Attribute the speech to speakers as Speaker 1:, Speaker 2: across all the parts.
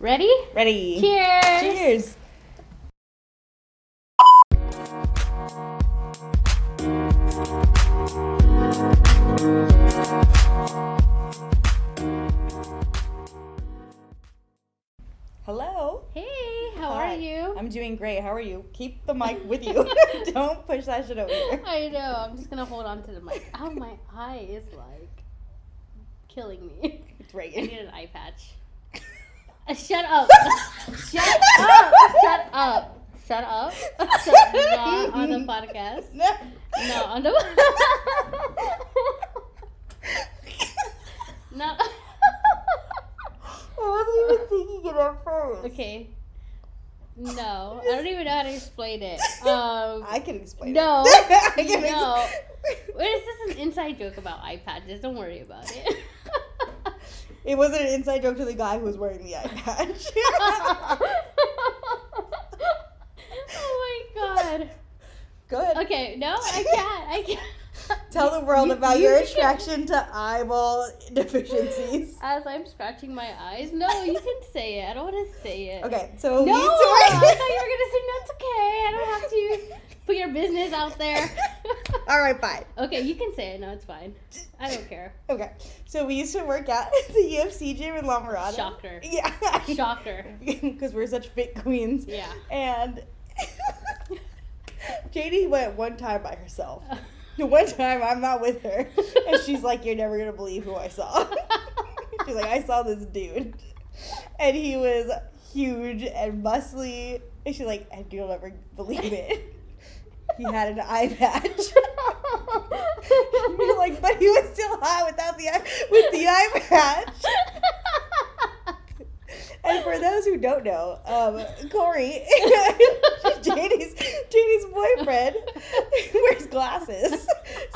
Speaker 1: Ready?
Speaker 2: Ready?
Speaker 1: Cheers.
Speaker 2: Cheers. Hello.
Speaker 1: Hey, how
Speaker 2: Hi.
Speaker 1: are you?
Speaker 2: I'm doing great. How are you? Keep the mic with you. Don't push that shit over here.
Speaker 1: I know. I'm just gonna hold on to the mic. Oh, my eye is like killing me.
Speaker 2: It's
Speaker 1: I
Speaker 2: right.
Speaker 1: need an eye patch. Uh, Shut up. Shut up. Shut up. Shut up. Shut not on the podcast.
Speaker 2: No.
Speaker 1: No, on the No.
Speaker 2: I wasn't even thinking it at first.
Speaker 1: Okay. No, I don't even know how to explain it. Um,
Speaker 2: I can explain.
Speaker 1: no,
Speaker 2: It. I can
Speaker 1: no.
Speaker 2: Explain.
Speaker 1: Wait, is this an inside joke about eye patches? Don't worry about it.
Speaker 2: It was an inside joke to the guy who was wearing the eye patch.
Speaker 1: oh my god.
Speaker 2: Good.
Speaker 1: Okay, no, I can't. I can't.
Speaker 2: Tell the world
Speaker 1: You-
Speaker 2: about
Speaker 1: you
Speaker 2: your
Speaker 1: can-
Speaker 2: attraction to eyeball deficiencies.
Speaker 1: As I'm scratching my eyes. No, you can say it. I don't want to say it.
Speaker 2: Okay, so
Speaker 1: No,
Speaker 2: we
Speaker 1: I thought you were gonna say no. It's okay. I don't have to put your business out there.
Speaker 2: All right, bye.
Speaker 1: okay, you can say it. No, it's fine. I don't care.
Speaker 2: Okay, so we used to work out at the UFC gym in La Mirada.
Speaker 1: Shocker.
Speaker 2: Yeah.
Speaker 1: Shocker.
Speaker 2: Because we're such fit queens.
Speaker 1: Yeah.
Speaker 2: And JD went one time by herself. The one time I'm not with her, and she's like, "You're never gonna believe who I saw." she's like, "I saw this dude, and he was huge and muscly," and she's like, "And you'll never believe it. He had an eye patch." You're like, "But he was still hot without the eye with the eye patch." And for those who don't know, um, Corey, JD's, JD's boyfriend, wears glasses.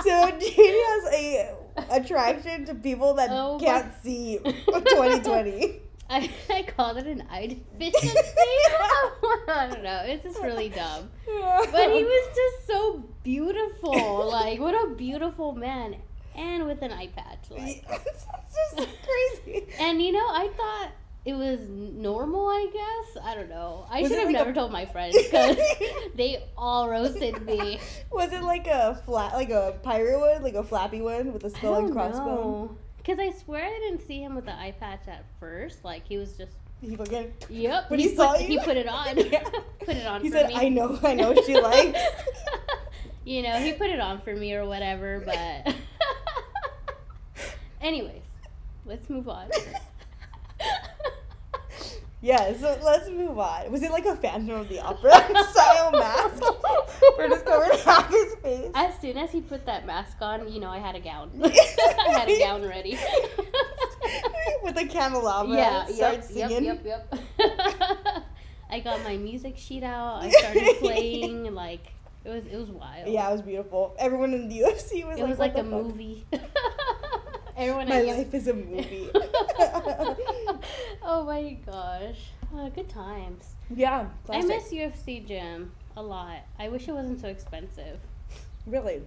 Speaker 2: So JD has a attraction to people that
Speaker 1: Oh my-
Speaker 2: can't see 2020.
Speaker 1: I, I called it an eye deficiency. I don't know. It's just really dumb. But he was just so beautiful. Like, what a beautiful man. And with an eye patch. Like.
Speaker 2: It's just crazy.
Speaker 1: And you know, I thought it was n- normal, I guess. I don't know. I
Speaker 2: Was
Speaker 1: should
Speaker 2: it
Speaker 1: have
Speaker 2: like
Speaker 1: never
Speaker 2: a-
Speaker 1: told my friends because they all roasted me.
Speaker 2: Was it like a flat, like a pirate one, like a flappy one with a skull
Speaker 1: I
Speaker 2: and
Speaker 1: don't
Speaker 2: crossbone?
Speaker 1: know. Because I swear I didn't see him with the eye patch at first. Like, he was just,
Speaker 2: He fucking,
Speaker 1: yep.
Speaker 2: But he saw
Speaker 1: put,
Speaker 2: you?
Speaker 1: He put it on.
Speaker 2: Yeah.
Speaker 1: put it on
Speaker 2: he
Speaker 1: for
Speaker 2: said,
Speaker 1: me.
Speaker 2: "I know, I know what she likes."
Speaker 1: you know, he put it on for me or whatever, but. Anyways, let's move on.
Speaker 2: Yeah, so let's move on. Was it like a Phantom of the Opera style mask? We're just covering half his face.
Speaker 1: As soon as he put that mask on, you know, I had a gown. I had a gown ready.
Speaker 2: With a candelabra.
Speaker 1: yeah,
Speaker 2: Start
Speaker 1: yep,
Speaker 2: singing.
Speaker 1: yep, yep, yep. I got my music sheet out. I started playing. and, Like it was, it was wild.
Speaker 2: Yeah, it was beautiful. Everyone in the UFC was
Speaker 1: it
Speaker 2: like,
Speaker 1: was
Speaker 2: what
Speaker 1: like
Speaker 2: the
Speaker 1: a
Speaker 2: fuck?
Speaker 1: movie. Everyone,
Speaker 2: My
Speaker 1: I knew-
Speaker 2: life is a movie.
Speaker 1: oh my gosh, Uh, good times.
Speaker 2: yeah, classic.
Speaker 1: I miss UFC gym a lot. I wish it wasn't so expensive.
Speaker 2: Really.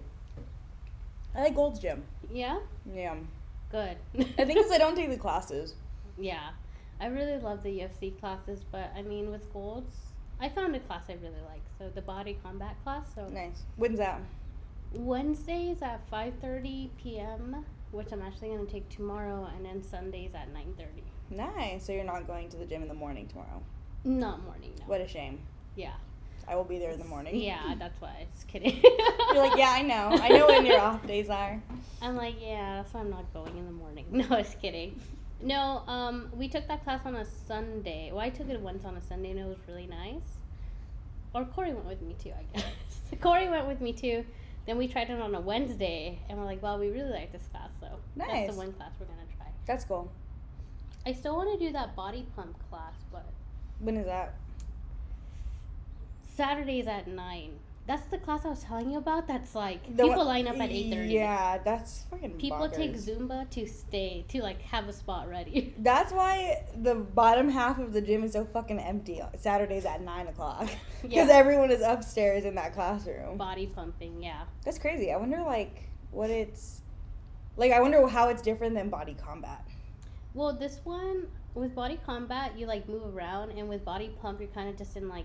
Speaker 2: I like Gold's Gym.
Speaker 1: Yeah,
Speaker 2: Yeah.
Speaker 1: good.
Speaker 2: I think because I don't take the classes.
Speaker 1: Yeah, I really love the UFC classes, but I mean, with golds, I found a class I really like. So the body combat class. So
Speaker 2: Nice. When's that?
Speaker 1: Wednesdays at five thirty p.m., which I'm actually gonna take tomorrow, and then Sundays at nine thirty.
Speaker 2: Nice. So you're not going to the gym in the morning tomorrow.
Speaker 1: Not morning, no.
Speaker 2: What a shame.
Speaker 1: Yeah.
Speaker 2: I will be there in the morning.
Speaker 1: Yeah, that's why. Just kidding.
Speaker 2: You're like, yeah, I know. I know when your off days are.
Speaker 1: I'm like, yeah, that's why I'm not going in the morning. No, just kidding. No, um, we took that class on a Sunday. Well, I took it once on a Sunday, and it was really nice. Or Corey went with me too, I guess. Corey went with me too. Then we tried it on a Wednesday, and we're like, well, we really like this class, so that's
Speaker 2: Nice.
Speaker 1: the one class we're gonna try.
Speaker 2: That's cool.
Speaker 1: I still want to do that body pump class, but
Speaker 2: When is that?
Speaker 1: Saturdays at nine. That's the class I was telling you about. That's like
Speaker 2: The
Speaker 1: people
Speaker 2: one-
Speaker 1: line up at eight thirty.
Speaker 2: Yeah, that's fucking.
Speaker 1: People take
Speaker 2: bonkers.
Speaker 1: Zumba to stay to like have a spot ready.
Speaker 2: That's why the bottom half of the gym is so fucking empty. on Saturdays at nine o'clock because everyone is upstairs in that classroom.
Speaker 1: body pumping yeah
Speaker 2: That's crazy. I wonder like what it's like. I wonder how it's different than body combat.
Speaker 1: well this one with body combat, you like move around, and with body pump, you're kind of just in like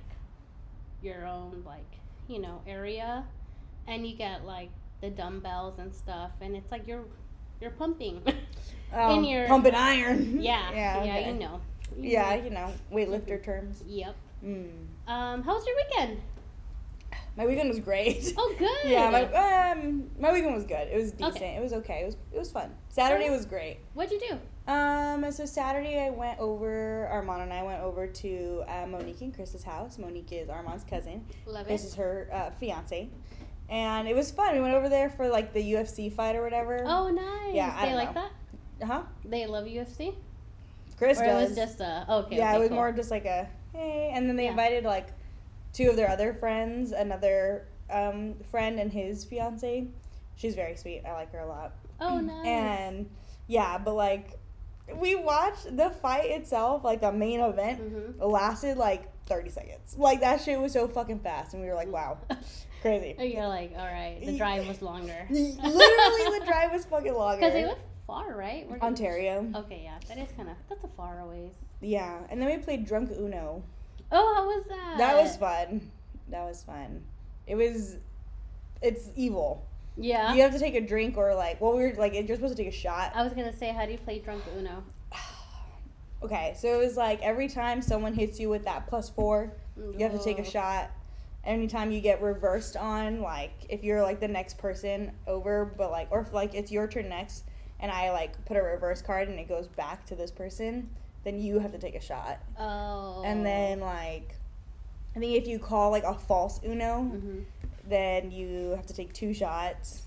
Speaker 1: your own like you know area, and you get like the dumbbells and stuff, and it's like you're you're pumping.
Speaker 2: Oh,
Speaker 1: In your-
Speaker 2: pumping iron.
Speaker 1: yeah, yeah,
Speaker 2: Yeah. okay.
Speaker 1: you know. You
Speaker 2: Yeah,
Speaker 1: know.
Speaker 2: you know,
Speaker 1: Mm-hmm.
Speaker 2: weightlifter terms.
Speaker 1: Yep.
Speaker 2: Mm.
Speaker 1: Um, how was your weekend?
Speaker 2: My weekend was great.
Speaker 1: Oh, good.
Speaker 2: Yeah, my um, my weekend was good. It was
Speaker 1: Okay.
Speaker 2: decent. It was okay. It was it was fun. Saturday was great.
Speaker 1: What'd you do?
Speaker 2: Um, so Saturday I went over. Armand and I went over to uh, Monique and Chris's house. Monique is Armand's cousin.
Speaker 1: Love
Speaker 2: Chris
Speaker 1: it.
Speaker 2: is her uh, fiance, and it was fun. We went over there for like the UFC fight or whatever.
Speaker 1: Oh, nice.
Speaker 2: Yeah, I
Speaker 1: they
Speaker 2: don't
Speaker 1: like
Speaker 2: know.
Speaker 1: that.
Speaker 2: huh.
Speaker 1: They love UFC.
Speaker 2: Chris
Speaker 1: or
Speaker 2: does.
Speaker 1: it was just a oh, okay.
Speaker 2: yeah,
Speaker 1: okay,
Speaker 2: it was
Speaker 1: cool.
Speaker 2: more just like a hey, and then they
Speaker 1: Yeah.
Speaker 2: invited like two of their other friends, another um, friend and his fiance. She's very sweet. I like her a lot.
Speaker 1: Oh, nice.
Speaker 2: And yeah, but like we watched the fight itself, like the main event,
Speaker 1: Mhm.
Speaker 2: lasted like 30 seconds. Like that shit was so fucking fast, and we were like, wow, crazy.
Speaker 1: And You're like, all right. The drive was longer.
Speaker 2: Literally, the drive was fucking longer.
Speaker 1: Because they Oh. live far, right? We're
Speaker 2: Ontario.
Speaker 1: Okay, yeah, that is kind of that's a far ways.
Speaker 2: Yeah, and then we played Drunk Uno.
Speaker 1: Oh, how was that?
Speaker 2: That was fun. That was fun. It was. It's evil.
Speaker 1: yeah.
Speaker 2: You have to take a drink or like, well, we were like, you're supposed to take a shot.
Speaker 1: I was gonna say, how do you play drunk Uno?
Speaker 2: Okay, so it was like every time someone hits you with that plus four, You have to take a shot. Anytime you get reversed on, like if you're like the next person over, but like or if like it's your turn next, and I like put a reverse card and it goes back to this person, then you have to take a shot.
Speaker 1: Oh.
Speaker 2: And then like, I think if you call like a false Uno,
Speaker 1: Mhm.
Speaker 2: then you have to take two shots.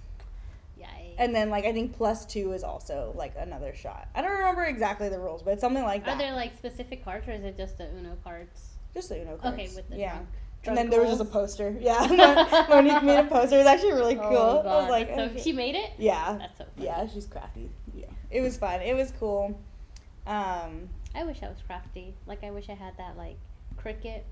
Speaker 1: Yikes.
Speaker 2: And then like I think plus two is also like another shot. I don't remember exactly the rules, but it's something like
Speaker 1: Are
Speaker 2: that.
Speaker 1: there like specific cards, or is it just the Uno cards?
Speaker 2: Just the Uno cards.
Speaker 1: Okay, with the
Speaker 2: yeah.
Speaker 1: drunk.
Speaker 2: And
Speaker 1: drunk
Speaker 2: then there was just a
Speaker 1: rolls?
Speaker 2: poster. Yeah, Monique made a poster. It was actually really
Speaker 1: Oh
Speaker 2: cool.
Speaker 1: my
Speaker 2: I was
Speaker 1: God,
Speaker 2: like,
Speaker 1: that's so- she made it.
Speaker 2: yeah,
Speaker 1: That's so. Funny.
Speaker 2: yeah, she's crafty. Yeah, it was fun. It was cool. Um,
Speaker 1: I wish I was crafty. Like I wish I had that like cricket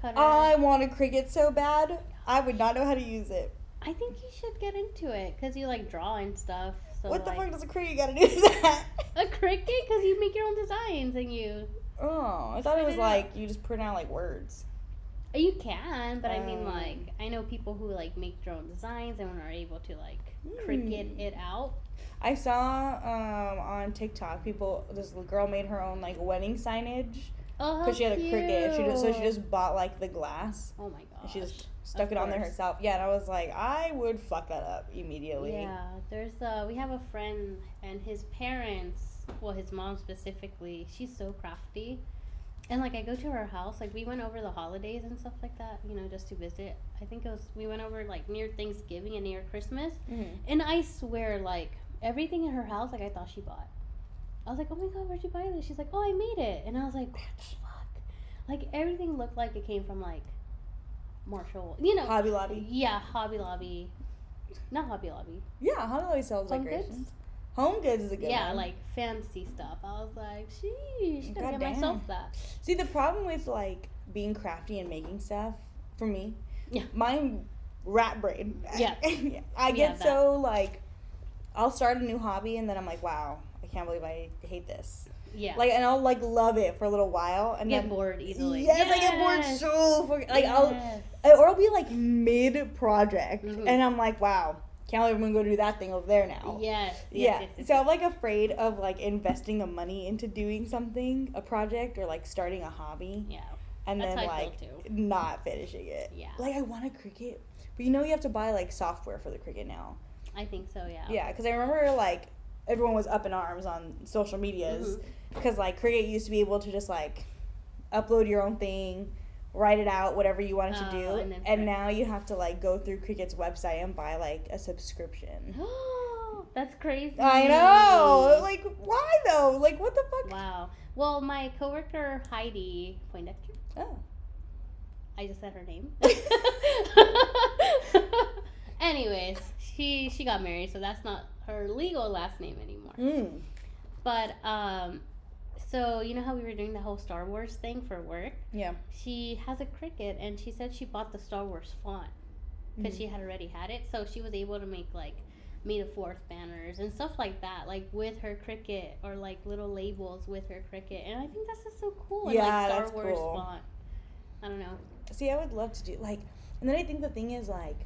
Speaker 1: cutter.
Speaker 2: Oh, I want a cricket so bad. I would not know how to use it.
Speaker 1: I think you should get into it because you like draw and stuff. So
Speaker 2: what the
Speaker 1: like,
Speaker 2: fuck does a cricket got to do with that?
Speaker 1: A cricket because you make your own designs and you
Speaker 2: Oh, I thought it
Speaker 1: I
Speaker 2: was
Speaker 1: don't know.
Speaker 2: like you just print out like words.
Speaker 1: you can, but I mean
Speaker 2: Um.
Speaker 1: like I know people who like make their own designs and are able to like cricket
Speaker 2: Hmm.
Speaker 1: it out.
Speaker 2: I saw um, on TikTok people. This girl made her own like wedding signage
Speaker 1: Oh, how
Speaker 2: because she had a cricket. She just, so she
Speaker 1: cute.
Speaker 2: just bought like the glass.
Speaker 1: oh my god.
Speaker 2: and she just stuck
Speaker 1: Of
Speaker 2: it on there
Speaker 1: course.
Speaker 2: herself. Yeah, and I was like, I would fuck that up immediately.
Speaker 1: Yeah, there's uh we have a friend and his parents, well his mom specifically, she's so crafty. And like I go to her house, like we went over the holidays and stuff like that, you know, just to visit. I think it was we went over like near Thanksgiving and near Christmas.
Speaker 2: Mhm.
Speaker 1: And I swear, like everything in her house, like I thought she bought. I was like, oh my god, where'd you buy this? She's like, oh, I made it. And I was like, what the fuck? Like everything looked like it came from like Marshall, you know?
Speaker 2: Hobby Lobby.
Speaker 1: Yeah, Hobby Lobby. Not Hobby Lobby.
Speaker 2: Yeah, Hobby Lobby sells
Speaker 1: Home
Speaker 2: decorations.
Speaker 1: Goods.
Speaker 2: Home Goods is a good
Speaker 1: Yeah,
Speaker 2: one.
Speaker 1: like fancy stuff. I was like, sheesh, gotta get
Speaker 2: Goddamn.
Speaker 1: myself that.
Speaker 2: See, the problem with like being crafty and making stuff for me,
Speaker 1: Yeah.
Speaker 2: my rat brain.
Speaker 1: Yeah.
Speaker 2: I
Speaker 1: Yeah,
Speaker 2: get
Speaker 1: that.
Speaker 2: so like, I'll start a new hobby and then I'm like, wow, I can't believe I hate this.
Speaker 1: Yeah,
Speaker 2: Like, and I'll like love it for a little while and
Speaker 1: get
Speaker 2: then.
Speaker 1: bored easily.
Speaker 2: Yes, I get bored
Speaker 1: Yes.
Speaker 2: so fucking- like I'll
Speaker 1: Yes.
Speaker 2: I- or I'll be like mid project,
Speaker 1: Mhm.
Speaker 2: and I'm like, wow, can't believe I'm gonna go do that thing over there now.
Speaker 1: Yes. yes,
Speaker 2: yeah.
Speaker 1: yes, yes,
Speaker 2: so
Speaker 1: yes.
Speaker 2: I'm like afraid of like investing the money into doing something, a project, or like starting a hobby,
Speaker 1: yeah,
Speaker 2: and
Speaker 1: that's
Speaker 2: then
Speaker 1: how I
Speaker 2: like
Speaker 1: feel too.
Speaker 2: not finishing it.
Speaker 1: Yeah,
Speaker 2: Like I want a cricket, but you know you have to buy like software for the cricket now.
Speaker 1: I think so. Yeah.
Speaker 2: Yeah, because I remember like everyone was up in arms on social
Speaker 1: Mm-hmm.
Speaker 2: medias because like cricket used to be able to just like upload your own thing write it out whatever you wanted
Speaker 1: Oh,
Speaker 2: to do
Speaker 1: and
Speaker 2: and,
Speaker 1: then print.
Speaker 2: now you have to like go through cricket's website and buy like a subscription
Speaker 1: Mm-hmm. That's crazy.
Speaker 2: i know like why though like what the fuck
Speaker 1: Wow. Well, my coworker Heidi Poindexter.
Speaker 2: oh.
Speaker 1: I just said her name. Anyways, she she got married, so that's not her legal last name anymore.
Speaker 2: Mm.
Speaker 1: But um, so you know how we were doing the whole Star Wars thing for work.
Speaker 2: yeah
Speaker 1: She has a cricket, and
Speaker 2: Mm.
Speaker 1: she said she bought the Star Wars font because she had already had it, so she was able to make like May the Fourth banners and stuff like that, like with her cricket or like little labels with her cricket, and I think that's just so cool. And,
Speaker 2: Yeah,
Speaker 1: like Star
Speaker 2: that's
Speaker 1: Wars
Speaker 2: cool.
Speaker 1: font. I don't know.
Speaker 2: See, I would love to do like, and then I think the thing is like,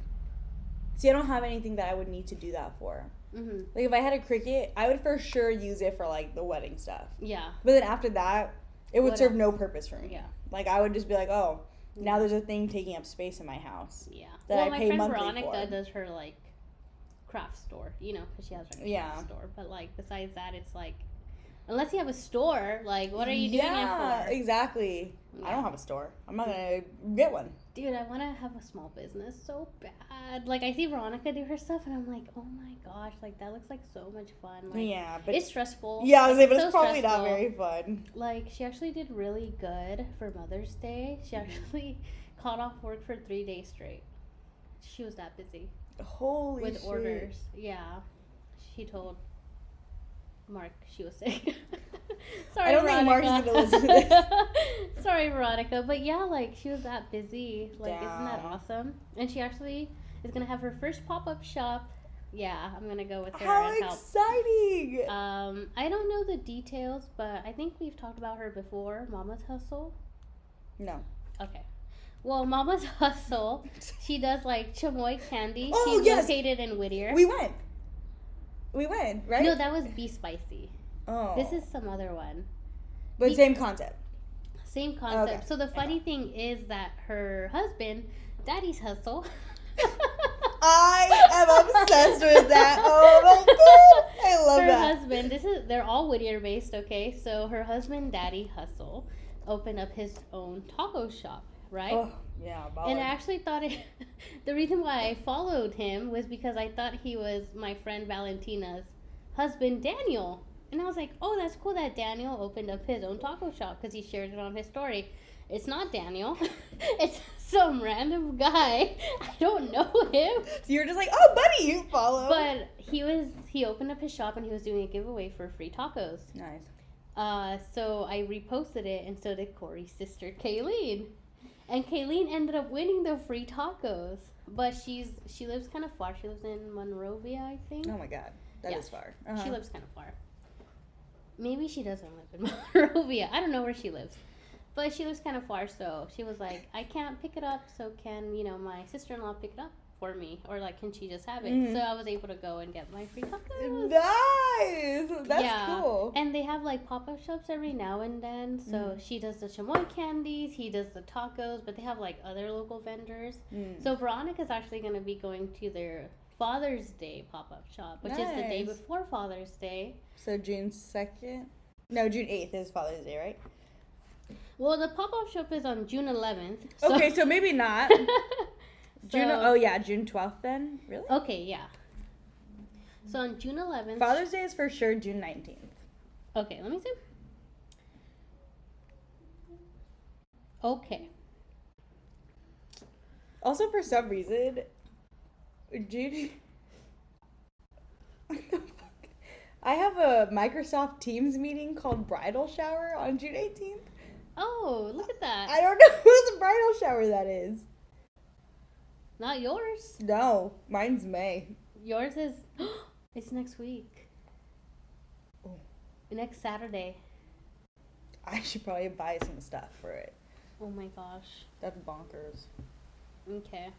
Speaker 2: see, I don't have anything that I would need to do that for.
Speaker 1: Mm-hmm.
Speaker 2: Like, if I had a cricket, I would for sure use it for like the wedding stuff.
Speaker 1: Yeah,
Speaker 2: But then after that, it would
Speaker 1: What
Speaker 2: serve no purpose for me.
Speaker 1: yeah,
Speaker 2: Like, I would just be like, oh, now there's a thing taking up space in my house.
Speaker 1: yeah.
Speaker 2: that
Speaker 1: well,
Speaker 2: I
Speaker 1: my
Speaker 2: pay
Speaker 1: friend
Speaker 2: monthly
Speaker 1: Veronica
Speaker 2: for.
Speaker 1: does her like craft store, you know, because she has her own
Speaker 2: Yeah.
Speaker 1: craft store. But like besides that, it's like unless you have a store, like what are you doing
Speaker 2: Yeah,
Speaker 1: it for?
Speaker 2: exactly. I don't have a store. I'm not gonna get one.
Speaker 1: Dude, I want to have a small business so bad. Like I see Veronica do her stuff, and I'm like, oh my gosh, like that looks like so much fun. Like
Speaker 2: yeah, but
Speaker 1: it's stressful.
Speaker 2: yeah, I was like, but
Speaker 1: so
Speaker 2: it's probably not
Speaker 1: stressful.
Speaker 2: very fun.
Speaker 1: Like she actually did really good for Mother's Day. She
Speaker 2: Mm-hmm.
Speaker 1: actually called off work for three days straight. She was that busy.
Speaker 2: Holy
Speaker 1: with
Speaker 2: shit.
Speaker 1: orders. Yeah, she told Mark she was sick. Sorry,
Speaker 2: I don't think Mark's
Speaker 1: Veronica.
Speaker 2: gonna listen to
Speaker 1: this. Sorry, Veronica, but yeah, like she was that busy. Like, isn't that
Speaker 2: Damn.
Speaker 1: awesome? And she actually is gonna have her first pop up shop. Yeah, I'm gonna go with her
Speaker 2: How
Speaker 1: and help.
Speaker 2: exciting!
Speaker 1: Um, I don't know the details, but I think we've talked about her before. Mama's Hustle.
Speaker 2: No.
Speaker 1: Okay. Well, Mama's Hustle, she does like chamoy candy.
Speaker 2: Oh,
Speaker 1: She's
Speaker 2: yes.
Speaker 1: located in Whittier.
Speaker 2: We went. We went, right?
Speaker 1: No, that was Be Spicy.
Speaker 2: oh.
Speaker 1: This is some other one.
Speaker 2: but same concept.
Speaker 1: Same concept.
Speaker 2: Okay.
Speaker 1: So the funny thing is that her husband, Daddy's Hustle.
Speaker 2: I am obsessed with that. Oh my god, I love
Speaker 1: her
Speaker 2: that.
Speaker 1: husband, this is they're all Whittier based, okay? So her husband, Daddy Hustle, opened up his own taco shop, right?
Speaker 2: Oh, yeah,
Speaker 1: And I
Speaker 2: baller.
Speaker 1: actually thought it, the reason why I followed him was because I thought he was my friend Valentina's husband, Daniel. And I was like, oh, that's cool that Daniel opened up his own taco shop because he shared it on his story. It's not Daniel, it's some random guy. I don't know him.
Speaker 2: So you're just like, oh, buddy, you follow.
Speaker 1: But he was, he opened up his shop and he was doing a giveaway for free tacos.
Speaker 2: nice.
Speaker 1: Uh, so I reposted it, and so did Corey's sister, Kayleen. And Kayleen ended up winning the free tacos, but she's she lives kind of far. She lives in Monrovia, I think.
Speaker 2: Oh my god, that is
Speaker 1: Yeah.
Speaker 2: far. Uh-huh.
Speaker 1: She lives kind of far. Maybe she doesn't live in Monrovia. I don't know where she lives, but she lives kind of far. So she was like, "I can't pick it up. So can you know my sister in law pick it up for me, or like can she just have it?"
Speaker 2: Mhm.
Speaker 1: So I was able to go and get my free tacos.
Speaker 2: Nice. That's
Speaker 1: Yeah.
Speaker 2: cool.
Speaker 1: And they have like pop up shops every now and then. So
Speaker 2: Mm-hmm.
Speaker 1: she does the chamoy candies, he does the tacos, but they have like other local vendors.
Speaker 2: Mm.
Speaker 1: So Veronica's actually going to be going to their Father's Day pop up shop, which is the day
Speaker 2: Nice.
Speaker 1: before Father's Day.
Speaker 2: So June second. No, June eighth is Father's Day, right?
Speaker 1: Well, the pop up shop is on June 11th.
Speaker 2: Okay, so maybe not
Speaker 1: so-
Speaker 2: June. Oh yeah, June twelfth then. Really?
Speaker 1: Okay, yeah. So on June 11th.
Speaker 2: Father's Day is for sure June nineteenth.
Speaker 1: Okay, let me see. Okay.
Speaker 2: Also, for some reason, June. What the fuck? I have a Microsoft Teams meeting called Bridal Shower on June eighteenth.
Speaker 1: Oh, look at that.
Speaker 2: I don't know whose bridal shower that is.
Speaker 1: Not yours.
Speaker 2: No, mine's May.
Speaker 1: Yours is it's next week.
Speaker 2: Oh.
Speaker 1: Next Saturday.
Speaker 2: I should probably buy some stuff for it.
Speaker 1: Oh my gosh.
Speaker 2: That's bonkers.
Speaker 1: Okay.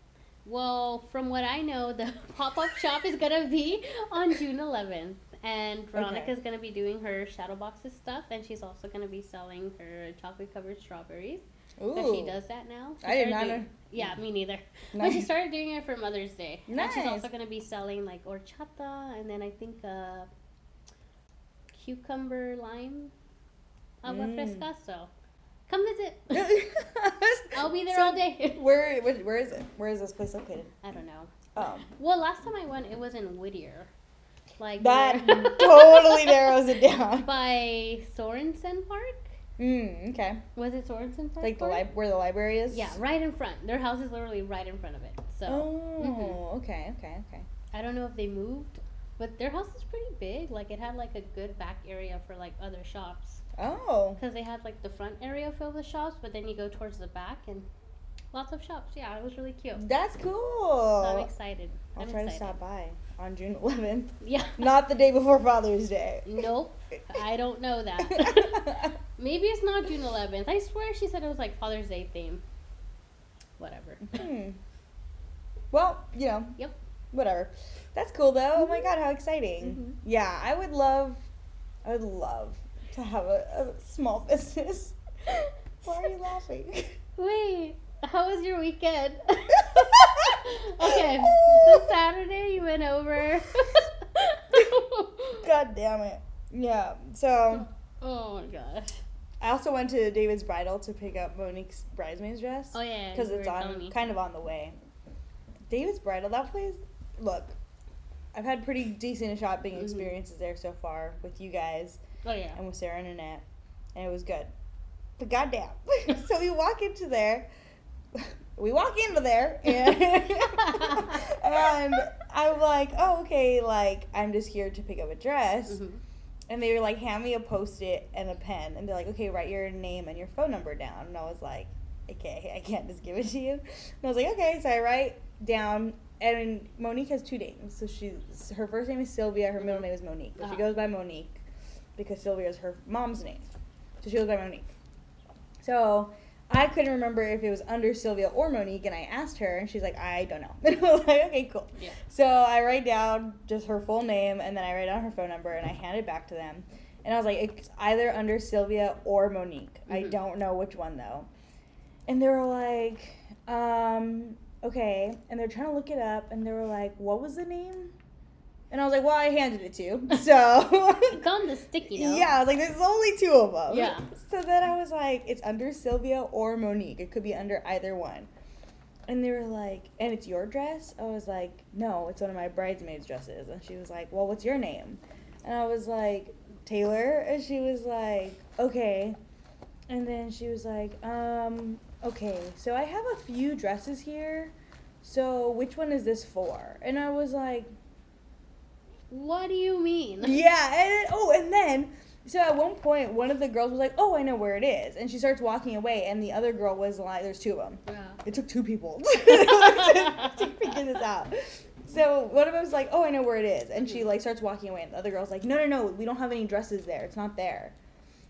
Speaker 1: Well, from what I know, the pop-up shop is gonna be on June 11th, and Veronica's gonna be doing her shadow boxes stuff, and she's also gonna be selling her chocolate-covered strawberries.
Speaker 2: Ooh.
Speaker 1: So she does that now. She
Speaker 2: I did
Speaker 1: started
Speaker 2: not
Speaker 1: doing-
Speaker 2: know.
Speaker 1: Yeah, me neither. But
Speaker 2: Nice.
Speaker 1: she started doing it for Mother's Day. And she's
Speaker 2: Nice.
Speaker 1: also going to be selling like horchata and then I think uh, cucumber lime agua
Speaker 2: Mm.
Speaker 1: fresca. So come visit. I'll be there
Speaker 2: So,
Speaker 1: all day.
Speaker 2: Where, where where is it? Where is this place located?
Speaker 1: I don't know.
Speaker 2: Oh,
Speaker 1: Well, last time I went, it was in Whittier. Like
Speaker 2: that
Speaker 1: near-
Speaker 2: totally narrows it down.
Speaker 1: By Sorensen Park?
Speaker 2: Mm, okay,
Speaker 1: Was it Sorensen Park?
Speaker 2: like the
Speaker 1: Park?
Speaker 2: lib- where the library is.
Speaker 1: Yeah, right in front. Their house is literally right in front of it. So.
Speaker 2: Oh,
Speaker 1: mhm.
Speaker 2: okay, okay, okay.
Speaker 1: I don't know if they moved, but their house is pretty big. Like it had like a good back area for like other shops
Speaker 2: Oh,
Speaker 1: because they had like the front area filled with shops, but then you go towards the back and lots of shops. Yeah, it was really cute.
Speaker 2: that's cool.
Speaker 1: So I'm excited.
Speaker 2: I'll
Speaker 1: I'm
Speaker 2: try
Speaker 1: excited.
Speaker 2: to stop by. on June 11th,
Speaker 1: Yeah.
Speaker 2: not the day before Father's Day.
Speaker 1: Nope. I don't know that. Maybe it's not June 11th. I swear she said it was like Father's Day theme. Whatever.
Speaker 2: Hmm. Well, you know.
Speaker 1: Yep. Mm-hmm.
Speaker 2: Whatever. That's cool though. Oh my god, how exciting. Yeah, I would love I would love to have a, a small business. Why are you laughing?
Speaker 1: Wait, how was your weekend? okay, so
Speaker 2: Oh,
Speaker 1: Saturday you went over.
Speaker 2: God damn it. Yeah. So
Speaker 1: oh my gosh.
Speaker 2: I also went to David's bridal to pick up Monique's bridesmaid's dress.
Speaker 1: Oh yeah,
Speaker 2: because
Speaker 1: you
Speaker 2: it's
Speaker 1: were telling
Speaker 2: on
Speaker 1: me.
Speaker 2: kind of on the way. David's Bridal, that place. Look, I've had pretty decent shopping
Speaker 1: Mhm.
Speaker 2: experiences there so far with you guys
Speaker 1: Oh yeah.
Speaker 2: and with Sarah and Annette, and it was good. But goddamn, so we walk into there. We walk into there, and, and I'm like, oh, okay, like, I'm just here to pick up a dress.
Speaker 1: Mhm.
Speaker 2: And they were like, hand me a post it and a pen. And they're like, okay, write your name and your phone number down. And I was like, okay, I can't just give it to you. And I was like, okay. So I write down. And Monique has two names. So she's, her first name is Sylvia. Her middle name is Monique. But she
Speaker 1: Uh-huh.
Speaker 2: goes by Monique because Sylvia is her mom's name. So she goes by Monique. So I couldn't remember if it was under Sylvia or Monique. And I asked her, and she's like, I don't know. And I was like, okay, cool.
Speaker 1: Yeah.
Speaker 2: So I write down just her full name, and then I write down her phone number, and I hand it back to them. And I was like, it's either under Sylvia or Monique. I
Speaker 1: Mhm.
Speaker 2: don't know which one though. And they were like, um, okay. And they're trying to look it up, and they were like, what was the name? And I was like, well, I handed it to you. So.
Speaker 1: You Gum the sticky note.
Speaker 2: Yeah, I was like, there's only two of them.
Speaker 1: Yeah.
Speaker 2: So then I was like, it's under Sylvia or Monique. It could be under either one. And they were like, and it's your dress? I was like, no, it's one of my bridesmaids' dresses. And she was like, well, what's your name? And I was like, Taylor. And she was like, okay. And then she was like, um, okay, so I have a few dresses here. So which one is this for? And I was like,
Speaker 1: What do you mean?
Speaker 2: yeah, and then, oh, and then so at one point, one of the girls was like, "Oh, I know where it is," and she starts walking away, and the other girl was like, "There's two of them."
Speaker 1: Yeah.
Speaker 2: It took two people to, figure this out. So one of them was like, "Oh, I know where it is," and she like starts walking away, and the other girl's like, "No, no, no, we don't have any dresses there. It's not there."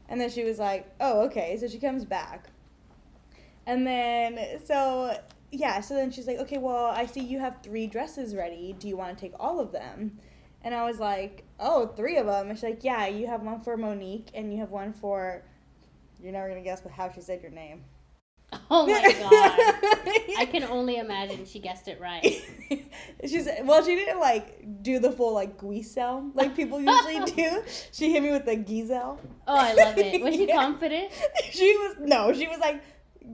Speaker 2: And then she was like, "Oh, okay." So she comes back, and then so yeah, so then she's like, "Okay, well, I see you have three dresses ready. Do you want to take all of them?" And I was like, "Oh, three of them." And she's like, "Yeah, you have one for Monique, and you have one for." You're never gonna guess how she said your name.
Speaker 1: Oh my god. I can only imagine she guessed it right.
Speaker 2: She's well. She didn't like do the full like guisel like people usually do. She hit me with the gizel.
Speaker 1: Oh, I love it. Was she
Speaker 2: Yeah.
Speaker 1: confident?
Speaker 2: She was no. She was like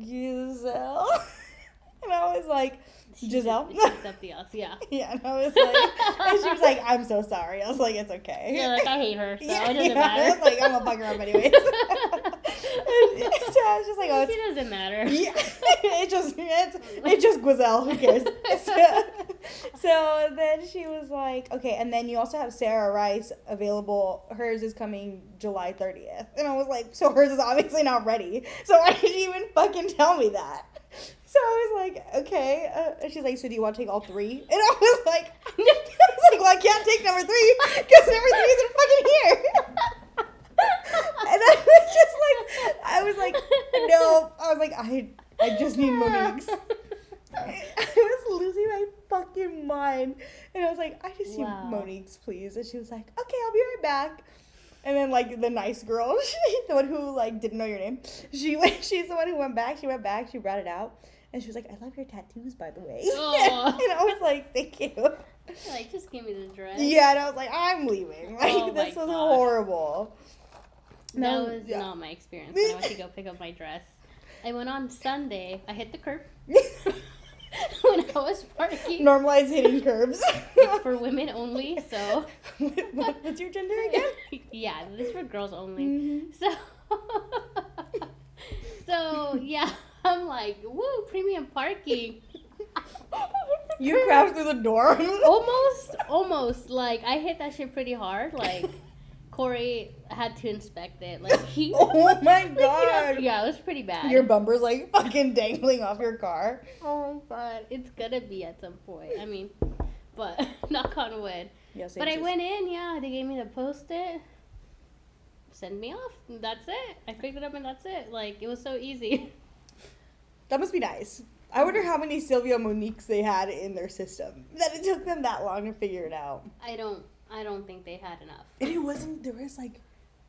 Speaker 2: gizel, and I was like
Speaker 1: She
Speaker 2: Giselle?
Speaker 1: She's something else. Yeah.
Speaker 2: yeah. And I was like, and she was like, I'm so sorry. I was like, it's okay.
Speaker 1: Yeah, like I hate her, so
Speaker 2: Yeah,
Speaker 1: it doesn't
Speaker 2: yeah, I
Speaker 1: matter.
Speaker 2: was like, I'm gonna fuck her up anyways. And so I was just like, oh, it's
Speaker 1: it doesn't matter.
Speaker 2: yeah, it just it's, it's just Gazelle. Who cares? So, so then she was like, okay, and then you also have Sarah Rice available. Hers is coming July thirtieth, and I was like, so hers is obviously not ready. So why did you even fucking tell me that? So I was like, okay. Uh, and she's like, so do you want to take all three? And I was like, I was like, well, I can't take number three because number three isn't fucking here. and I was just like, I was like, no. I was like, I, I just need Monique's. I was losing my fucking mind. And I was like, I just
Speaker 1: Wow.
Speaker 2: need Monique's, please. And she was like, okay, I'll be right back. And then like the nice girl, she, the one who like didn't know your name, she went. She's the one who went back. She went back. She brought it out, and she was like, "I love your tattoos, by the way."
Speaker 1: Aw.
Speaker 2: and I was like, "Thank you."
Speaker 1: like, just give me the dress.
Speaker 2: Yeah, and I was like, "I'm leaving." Like
Speaker 1: Oh my
Speaker 2: this was
Speaker 1: gosh.
Speaker 2: horrible.
Speaker 1: That
Speaker 2: No,
Speaker 1: was
Speaker 2: yeah.
Speaker 1: not my experience when I went to go pick up my dress. I went on Sunday. I hit the curb when I was parking
Speaker 2: Normalize hitting curbs.
Speaker 1: for women only, so.
Speaker 2: What- what's your gender again?
Speaker 1: yeah, this is for girls only.
Speaker 2: Mhm.
Speaker 1: So, Mm-hmm. so yeah, I'm like, woo, premium parking.
Speaker 2: You crashed through the door.
Speaker 1: Oh, almost, almost. Like I hit that shit pretty hard. Like Corey had to inspect it. Like he.
Speaker 2: Oh my
Speaker 1: like, you know,
Speaker 2: god.
Speaker 1: yeah, it was pretty bad.
Speaker 2: Your bumper's like fucking dangling off your car.
Speaker 1: oh my god, it's gonna be at some point. I mean, but knock on wood.
Speaker 2: Yes,
Speaker 1: But I went in, yeah. They gave me the post it. Send me off. and That's it. I picked it up and that's it. Like it was so easy.
Speaker 2: That must be nice. I wonder
Speaker 1: Mm-hmm.
Speaker 2: how many Silvio Moniques they had in their system. That it took them that long to figure it out.
Speaker 1: I don't. I don't think they had enough.
Speaker 2: And it wasn't, there was like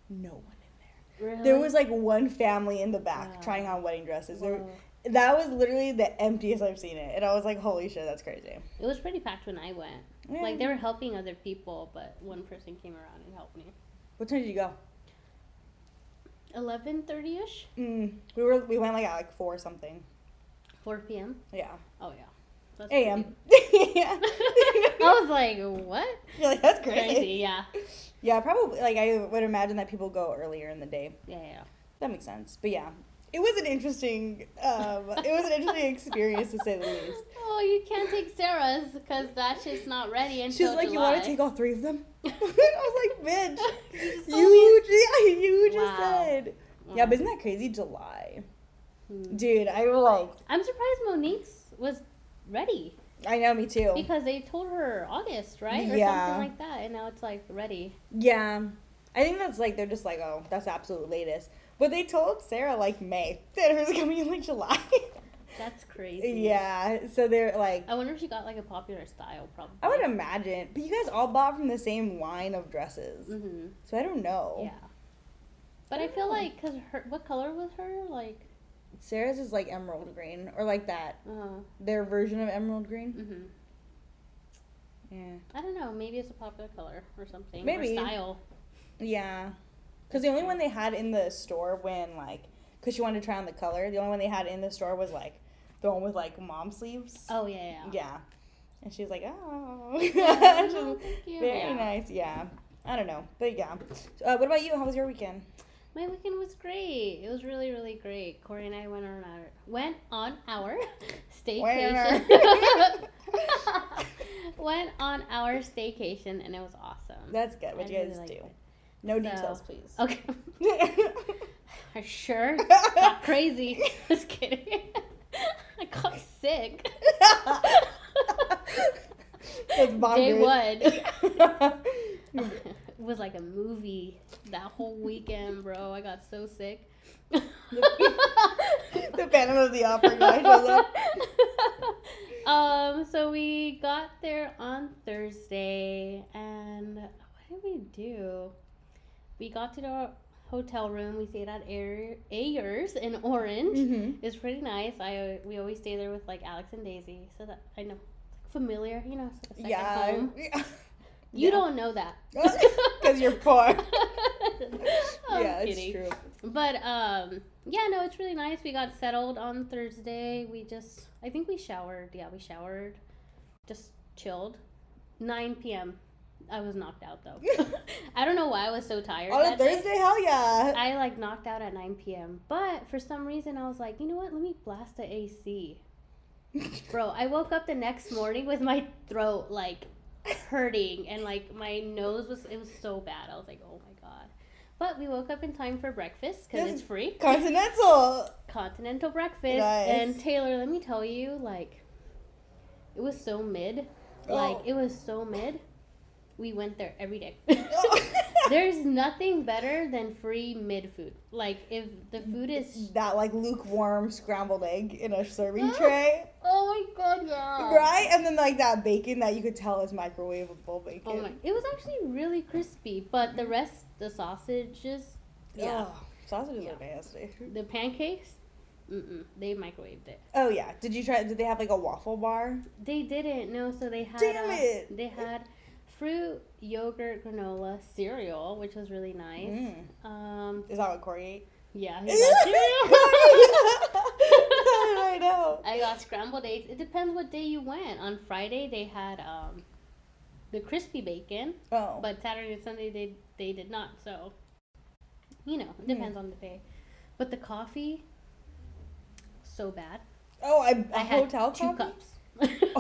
Speaker 2: no one in there.
Speaker 1: Really?
Speaker 2: There was like one family in the back
Speaker 1: Wow.
Speaker 2: trying on wedding dresses. There,
Speaker 1: Whoa.
Speaker 2: that was literally the emptiest I've seen it. And I was like, holy shit, that's crazy.
Speaker 1: It was pretty packed when I went. Like they were helping other people, but one person came around and helped me.
Speaker 2: What time did you go?
Speaker 1: Eleven thirty ish,
Speaker 2: Mm, we were we went like at like four something.
Speaker 1: four p.m.
Speaker 2: Yeah,
Speaker 1: Oh yeah, That's
Speaker 2: a.m. yeah,
Speaker 1: pretty- I was like, what?
Speaker 2: you're like that's crazy.
Speaker 1: Crazy, yeah,
Speaker 2: Yeah, probably. Like I would imagine that people go earlier in the day.
Speaker 1: yeah, yeah.
Speaker 2: That makes sense. But yeah, it was an interesting um, it was an interesting experience to say the least.
Speaker 1: Oh, you can't take Sarah's because that shit's not ready until
Speaker 2: She's like, you
Speaker 1: July.
Speaker 2: want to take all three of them? I was like, bitch,
Speaker 1: You just told
Speaker 2: you ju- you just
Speaker 1: Wow.
Speaker 2: said. Yeah, but isn't that crazy? July,
Speaker 1: Hmm.
Speaker 2: dude. I was like,
Speaker 1: I'm surprised Monique's was ready
Speaker 2: I know, me too.
Speaker 1: because they told her August, right, or
Speaker 2: Yeah.
Speaker 1: something like that, and now it's like ready.
Speaker 2: Yeah. I think that's like they're just like, oh, that's the absolute latest. But they told Sarah like May that hers coming in like July.
Speaker 1: That's crazy. Oh.
Speaker 2: yeah. So they're like
Speaker 1: I wonder if she got like a popular style, probably.
Speaker 2: I would imagine. But you guys all bought from the same line of dresses.
Speaker 1: hmm
Speaker 2: So I don't know.
Speaker 1: Yeah. But I,
Speaker 2: don't
Speaker 1: feel
Speaker 2: know.
Speaker 1: like, cause her, what color was her? Like,
Speaker 2: Sarah's is like emerald green or like that.
Speaker 1: uh,
Speaker 2: Their version of emerald green.
Speaker 1: hmm
Speaker 2: Yeah.
Speaker 1: I don't know. Maybe it's a popular color or something.
Speaker 2: Maybe.
Speaker 1: Or style.
Speaker 2: Yeah. Cuz the only one they had in the store when like cuz she wanted to try on the color, the only one they had in the store was like the one with like mom sleeves.
Speaker 1: Oh yeah, yeah.
Speaker 2: Yeah. And she was like, oh.
Speaker 1: Oh,
Speaker 2: She was
Speaker 1: thank you.
Speaker 2: very
Speaker 1: Yeah.
Speaker 2: nice. Yeah. I don't know. But yeah. Uh, what about you? How was your weekend?
Speaker 1: My weekend was great. It was really, really great. Corey and I went on our went on our staycation. went on our staycation and it was awesome.
Speaker 2: That's good. What
Speaker 1: I
Speaker 2: you
Speaker 1: really
Speaker 2: guys
Speaker 1: liked
Speaker 2: do?
Speaker 1: it.
Speaker 2: No
Speaker 1: So- oh.
Speaker 2: details, please.
Speaker 1: Okay. I sure got crazy. Just kidding. I got sick.
Speaker 2: That's
Speaker 1: Day
Speaker 2: bonkers.
Speaker 1: one. it was like a movie that whole weekend, bro. I got so sick.
Speaker 2: the Phantom of the Opera guy shows up.
Speaker 1: um, so we got there on Thursday, and what did we do? We got to the hotel room. We stayed at Ayer- Ayers in Orange.
Speaker 2: Mm-hmm.
Speaker 1: It's pretty nice. I we always stay there with like Alex and Daisy, so that I know familiar. You know, it's like a second
Speaker 2: Yeah.
Speaker 1: home. You
Speaker 2: Yeah.
Speaker 1: don't know that
Speaker 2: 'Cause you're poor.
Speaker 1: I'm
Speaker 2: yeah, it's
Speaker 1: kidding.
Speaker 2: true.
Speaker 1: But um, yeah, no, it's really nice. We got settled on Thursday. We just, I think we showered. Yeah, we showered, just chilled. 9 p.m. I was knocked out though. I don't know why I was so tired.
Speaker 2: On a
Speaker 1: that day.
Speaker 2: Thursday, hell yeah.
Speaker 1: I like knocked out at 9 p.m. But for some reason, I was like, you know what? Let me blast the AC. Bro, I woke up the next morning with my throat like hurting and like my nose was, it was so bad. I was like, oh my God. But we woke up in time for breakfast because
Speaker 2: Yes.
Speaker 1: it's free.
Speaker 2: Continental.
Speaker 1: Continental breakfast.
Speaker 2: Nice.
Speaker 1: And Taylor, let me tell you, like, it was so mid. Like,
Speaker 2: Oh.
Speaker 1: it was so mid. We went there every day.
Speaker 2: Oh.
Speaker 1: There's nothing better than free mid food. Like if the food is
Speaker 2: that like lukewarm scrambled egg in a serving
Speaker 1: Oh.
Speaker 2: tray,
Speaker 1: oh my god, yeah.
Speaker 2: right? And then like that bacon that you could tell is microwavable bacon.
Speaker 1: Oh my, it was actually really crispy, but the rest, the sausages, yeah,
Speaker 2: Ugh, sausages
Speaker 1: Yeah.
Speaker 2: are nasty.
Speaker 1: the pancakes, mm-mm, they microwaved it.
Speaker 2: Oh yeah, did you try? Did they have like a waffle bar?
Speaker 1: They didn't. No, so they had.
Speaker 2: Damn
Speaker 1: uh,
Speaker 2: it.
Speaker 1: They had fruit, yogurt, granola, cereal, which was really nice.
Speaker 2: Mm.
Speaker 1: Um,
Speaker 2: Is that what Corey ate?
Speaker 1: yeah, he got cereal.
Speaker 2: I know.
Speaker 1: I got scrambled eggs. It depends what day you went. On Friday they had um, the crispy bacon,
Speaker 2: Oh,
Speaker 1: but Saturday and Sunday they they did not. So, you know,
Speaker 2: Hmm.
Speaker 1: it depends on the day. But the coffee, so bad.
Speaker 2: oh, I, a
Speaker 1: I had
Speaker 2: hotel
Speaker 1: two
Speaker 2: coffee?
Speaker 1: cups.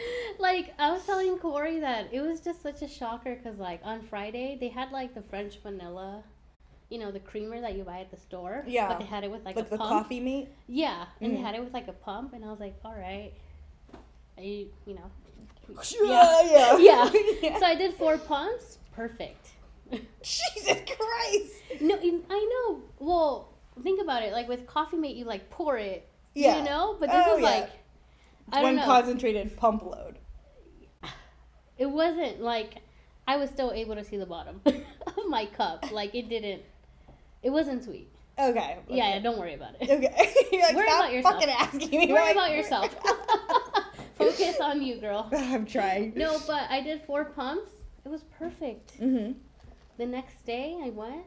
Speaker 2: Oh.
Speaker 1: like I was telling Corey that it was just such a shocker because like on Friday they had like the French vanilla, you know the creamer that you buy at the store.
Speaker 2: Yeah.
Speaker 1: but they had it with like,
Speaker 2: Like
Speaker 1: a
Speaker 2: the
Speaker 1: pump.
Speaker 2: coffee meat?
Speaker 1: Yeah, and
Speaker 2: Mhm.
Speaker 1: they had it with like a pump, and I was like, all right. I, you know.
Speaker 2: Yeah. Yeah.
Speaker 1: Yeah.
Speaker 2: Yeah.
Speaker 1: So I did four pumps. Perfect.
Speaker 2: Jesus Christ.
Speaker 1: No, you- I know. Well, think about it. Like with Coffee Mate, you like pour it,
Speaker 2: Yeah.
Speaker 1: you know. But this
Speaker 2: Oh,
Speaker 1: was
Speaker 2: yeah.
Speaker 1: like, I don't
Speaker 2: One
Speaker 1: know.
Speaker 2: concentrated pump load.
Speaker 1: it wasn't like I was still able to see the bottom of my cup. Like it didn't. It wasn't sweet.
Speaker 2: Okay.
Speaker 1: Yeah, yeah. Don't worry about it.
Speaker 2: Okay. You're like,
Speaker 1: Worry
Speaker 2: Stop
Speaker 1: about yourself.
Speaker 2: fucking asking me.
Speaker 1: Worry
Speaker 2: Like-
Speaker 1: about yourself. Focus on you, girl.
Speaker 2: I'm trying.
Speaker 1: No, but I did four pumps. It was perfect.
Speaker 2: Mm-hmm.
Speaker 1: The next day, I went.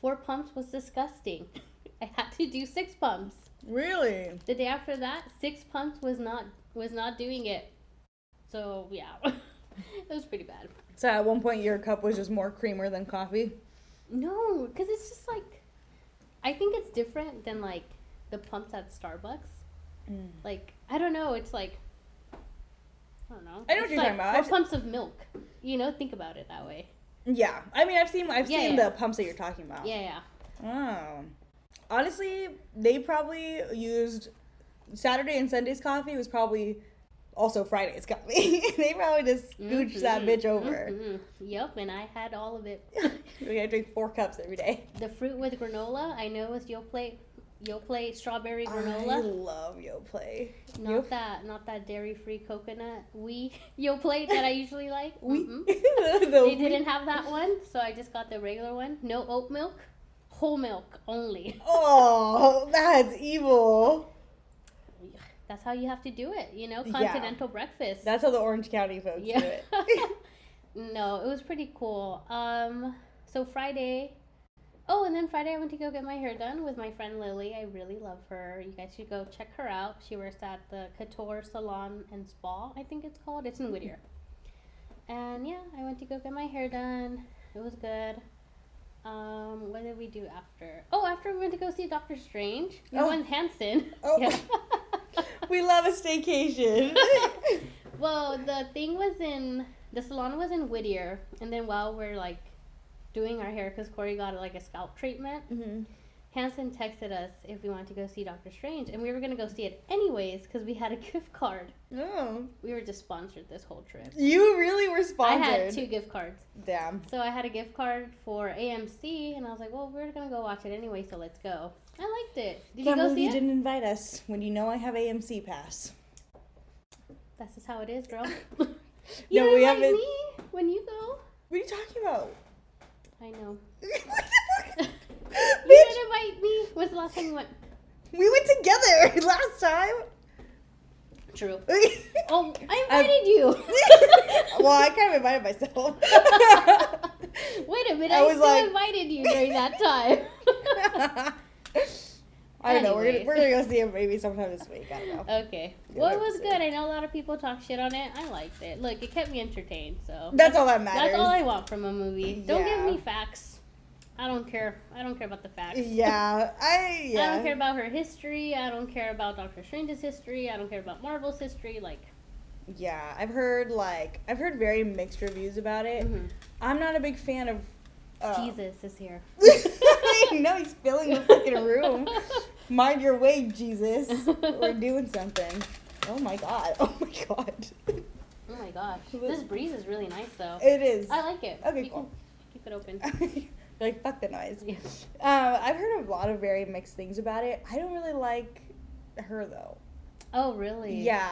Speaker 1: Four pumps was disgusting. I had to do six pumps.
Speaker 2: Really?
Speaker 1: The day after that, six pumps was not was not doing it. So yeah, it was pretty bad.
Speaker 2: So at one point your cup was just more creamer than coffee.
Speaker 1: No, because it's just like, I think it's different than like the pumps at Starbucks.
Speaker 2: Mm.
Speaker 1: Like I don't know. It's like I don't know.
Speaker 2: I know what
Speaker 1: It's
Speaker 2: you're talking
Speaker 1: like
Speaker 2: about.
Speaker 1: Four
Speaker 2: I've-
Speaker 1: pumps of milk. You know, think about it that way.
Speaker 2: Yeah. I mean, I've seen I've
Speaker 1: Yeah,
Speaker 2: seen
Speaker 1: yeah.
Speaker 2: the pumps that you're talking about.
Speaker 1: Yeah, yeah.
Speaker 2: Wow. Honestly, they probably used Saturday and Sunday's coffee was probably also Friday's coffee. they probably just scooched that
Speaker 1: Mhm,
Speaker 2: bitch over.
Speaker 1: mhm. Yep, and I had all of it.
Speaker 2: we gotta drink four cups every day.
Speaker 1: the fruit with granola, I know is Yoplait, Yoplait strawberry
Speaker 2: I
Speaker 1: granola.
Speaker 2: love Yoplait.
Speaker 1: Not
Speaker 2: Yop-
Speaker 1: that, not that dairy-free coconut we Yoplait that I usually like. Mm-hmm.
Speaker 2: We
Speaker 1: Mm-mm.
Speaker 2: the,
Speaker 1: They
Speaker 2: we-
Speaker 1: didn't have that one, so I just got the regular one. No oat milk, whole milk only.
Speaker 2: Oh, that's evil.
Speaker 1: That's how you have to do it, you know.
Speaker 2: Yeah.
Speaker 1: Continental breakfast.
Speaker 2: That's how the Orange County folks
Speaker 1: Yeah.
Speaker 2: do it.
Speaker 1: no, it was pretty cool. Um, so Friday. Oh, and then Friday I went to go get my hair done with my friend Lily. I really love her. You guys should go check her out. She works at the Couture Salon and Spa, I think it's called. It's in Whittier. And yeah, I went to go get my hair done. It was good. Um, what did we do after? Oh, after we went to go see Doctor Strange. We
Speaker 2: Oh.
Speaker 1: went Hanson.
Speaker 2: Oh.
Speaker 1: Yeah.
Speaker 2: We love a staycation.
Speaker 1: Well, the thing was in the salon was in Whittier, and then while we're like doing our hair, because Corey got like a scalp treatment,
Speaker 2: mm-hmm.
Speaker 1: Hanson texted us if we wanted to go see Doctor Strange, and we were gonna go see it anyways because we had a gift card.
Speaker 2: Oh.
Speaker 1: We were just sponsored this whole trip.
Speaker 2: You really were sponsored.
Speaker 1: I had two gift cards,
Speaker 2: Damn.
Speaker 1: so I had a gift card for AMC, and I was like, well, we're gonna go watch it anyway, so let's go. I liked it. Did
Speaker 2: Can't
Speaker 1: you go
Speaker 2: believe
Speaker 1: see
Speaker 2: you
Speaker 1: it?
Speaker 2: didn't invite us when you know I have AMC pass.
Speaker 1: That's just how it is, girl. you
Speaker 2: No,
Speaker 1: don't
Speaker 2: we
Speaker 1: invite
Speaker 2: haven't-
Speaker 1: me when you go.
Speaker 2: What are you talking about?
Speaker 1: I know.
Speaker 2: Bitch,
Speaker 1: You didn't invite me. When's the last time you went?
Speaker 2: we went together last time.
Speaker 1: True. Oh, I invited you.
Speaker 2: well, I kind of invited myself.
Speaker 1: Wait a minute,
Speaker 2: I
Speaker 1: I,
Speaker 2: was
Speaker 1: still
Speaker 2: like-
Speaker 1: invited you during that time.
Speaker 2: I don't know. We're gonna,
Speaker 1: Anyways.
Speaker 2: we're gonna go see it maybe sometime this week. I don't know.
Speaker 1: okay. Well, it was
Speaker 2: episode.
Speaker 1: good. I know a lot of people talk shit on it. I liked it. Look, it kept me entertained, so.
Speaker 2: That's all that matters.
Speaker 1: That's all I want from a movie. Don't
Speaker 2: Yeah.
Speaker 1: give me facts. I don't care. I don't care about the facts.
Speaker 2: Yeah, I yeah.
Speaker 1: I don't care about her history. I don't care about Doctor Strange's history. I don't care about Marvel's history. Like,
Speaker 2: Yeah, I've heard like I've heard very mixed reviews about it.
Speaker 1: mhm.
Speaker 2: I'm not a big fan of uh,
Speaker 1: Jesus is here.
Speaker 2: no, he's filling the fucking room. Mind your way, Jesus. We're doing something. Oh my god. Oh my god.
Speaker 1: Oh my gosh. This breeze is really nice though.
Speaker 2: It is.
Speaker 1: I like it.
Speaker 2: Okay,
Speaker 1: you
Speaker 2: cool.
Speaker 1: Can keep it open.
Speaker 2: like fuck the noise.
Speaker 1: Yeah.
Speaker 2: Uh, I've heard a lot of very mixed things about it. I don't really like her though.
Speaker 1: Oh, really?
Speaker 2: Yeah.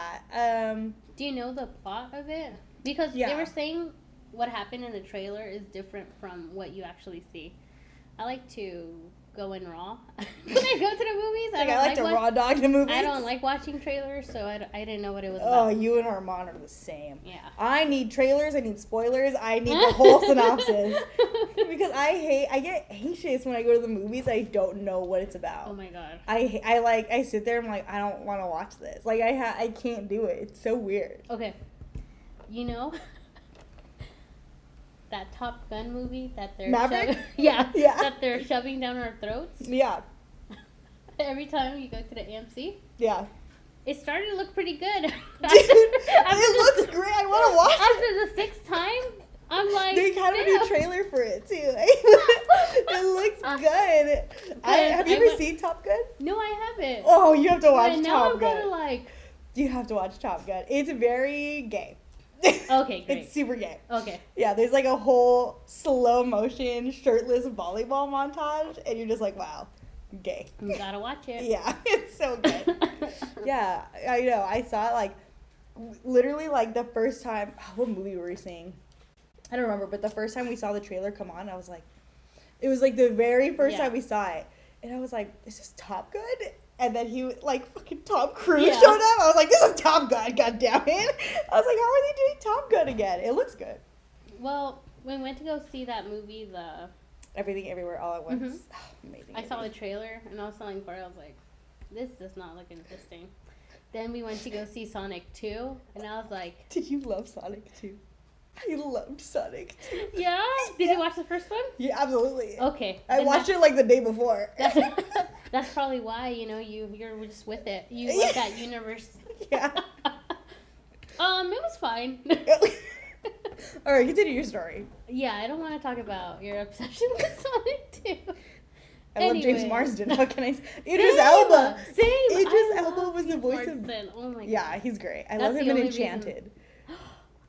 Speaker 2: Um.
Speaker 1: Do you know the plot of it? Because they
Speaker 2: Yeah.
Speaker 1: were saying what happened in the trailer is different from what you actually see. I like to go in raw. when I go to the movies, I
Speaker 2: Like,
Speaker 1: don't
Speaker 2: I like
Speaker 1: like,
Speaker 2: to
Speaker 1: wa-
Speaker 2: raw dog the movies.
Speaker 1: I don't like watching trailers, so I, d- I didn't know what it was
Speaker 2: Oh,
Speaker 1: about.
Speaker 2: you and Armand are the same.
Speaker 1: Yeah.
Speaker 2: I need trailers. I need spoilers. I need the whole synopsis. Because I hate, I get anxious when I go to the movies. I don't know what it's about.
Speaker 1: oh my god.
Speaker 2: I I like I sit there. I'm like I don't want to watch this. Like I ha- I can't do it. It's so weird.
Speaker 1: Okay. You know that Top Gun movie that they're
Speaker 2: Maverick?
Speaker 1: shoving- yeah,
Speaker 2: Yeah.
Speaker 1: that they're shoving down our throats
Speaker 2: Yeah,
Speaker 1: every time you go to the AMC.
Speaker 2: yeah.
Speaker 1: It started to look pretty good.
Speaker 2: Dude,
Speaker 1: After
Speaker 2: it looks
Speaker 1: the-
Speaker 2: great. I want to watch. it.
Speaker 1: After the sixth time, I'm like,
Speaker 2: They had a
Speaker 1: "Damn."
Speaker 2: new trailer for it too. it looks
Speaker 1: Uh,
Speaker 2: good. I, have you
Speaker 1: I
Speaker 2: ever
Speaker 1: went-
Speaker 2: seen Top Gun?
Speaker 1: No, I haven't.
Speaker 2: Oh, you have to watch
Speaker 1: and now
Speaker 2: Top
Speaker 1: I'm
Speaker 2: Gun.
Speaker 1: kind of like,
Speaker 2: You have to watch Top Gun. It's very gay.
Speaker 1: Okay, great.
Speaker 2: it's super gay.
Speaker 1: Okay.
Speaker 2: Yeah, there's like a whole slow motion shirtless volleyball montage, and you're just like, wow, gay.
Speaker 1: You gotta watch it.
Speaker 2: Yeah, it's so good. yeah, I know. I saw it like literally like the first time. What movie were we seeing? I don't remember, but the first time we saw the trailer come on, I was like, it was like the very first
Speaker 1: Yeah.
Speaker 2: time we saw it, and I was like, this is Top Gun. And then he like fucking Tom Cruise
Speaker 1: Yeah.
Speaker 2: showed up. I was like, this is Top Gun. God damn it! I was like, how are they doing Top Gun again? It looks good.
Speaker 1: Well, when we went to go see that movie, the
Speaker 2: Everything, everywhere, all at once.
Speaker 1: Mhm.
Speaker 2: Amazing.
Speaker 1: I saw the
Speaker 2: movie.
Speaker 1: trailer and I was telling Corey, I was like, this does not look interesting. Then we went to go see Sonic 2, and I was like,
Speaker 2: Did you love Sonic too? I loved Sonic. Too.
Speaker 1: yeah? Did you watch the first one?
Speaker 2: Yeah, absolutely.
Speaker 1: Okay.
Speaker 2: I
Speaker 1: then
Speaker 2: watched it like the day before.
Speaker 1: That's, that's, that's probably why, you know, you, you're just with it. You love that universe.
Speaker 2: yeah.
Speaker 1: um, it was fine.
Speaker 2: All right, continue your story.
Speaker 1: yeah, I don't want to talk about your obsession with Sonic 2.
Speaker 2: I love James
Speaker 1: Anyway.
Speaker 2: Marsden. How can I? s- Idris Elba.
Speaker 1: Same.
Speaker 2: Idris
Speaker 1: I
Speaker 2: Elba
Speaker 1: love
Speaker 2: was the
Speaker 1: Steve
Speaker 2: voice of-
Speaker 1: Martin. Oh my
Speaker 2: Yeah,
Speaker 1: god.
Speaker 2: he's great. I
Speaker 1: That's
Speaker 2: love
Speaker 1: the
Speaker 2: him in
Speaker 1: only reason.
Speaker 2: Enchanted.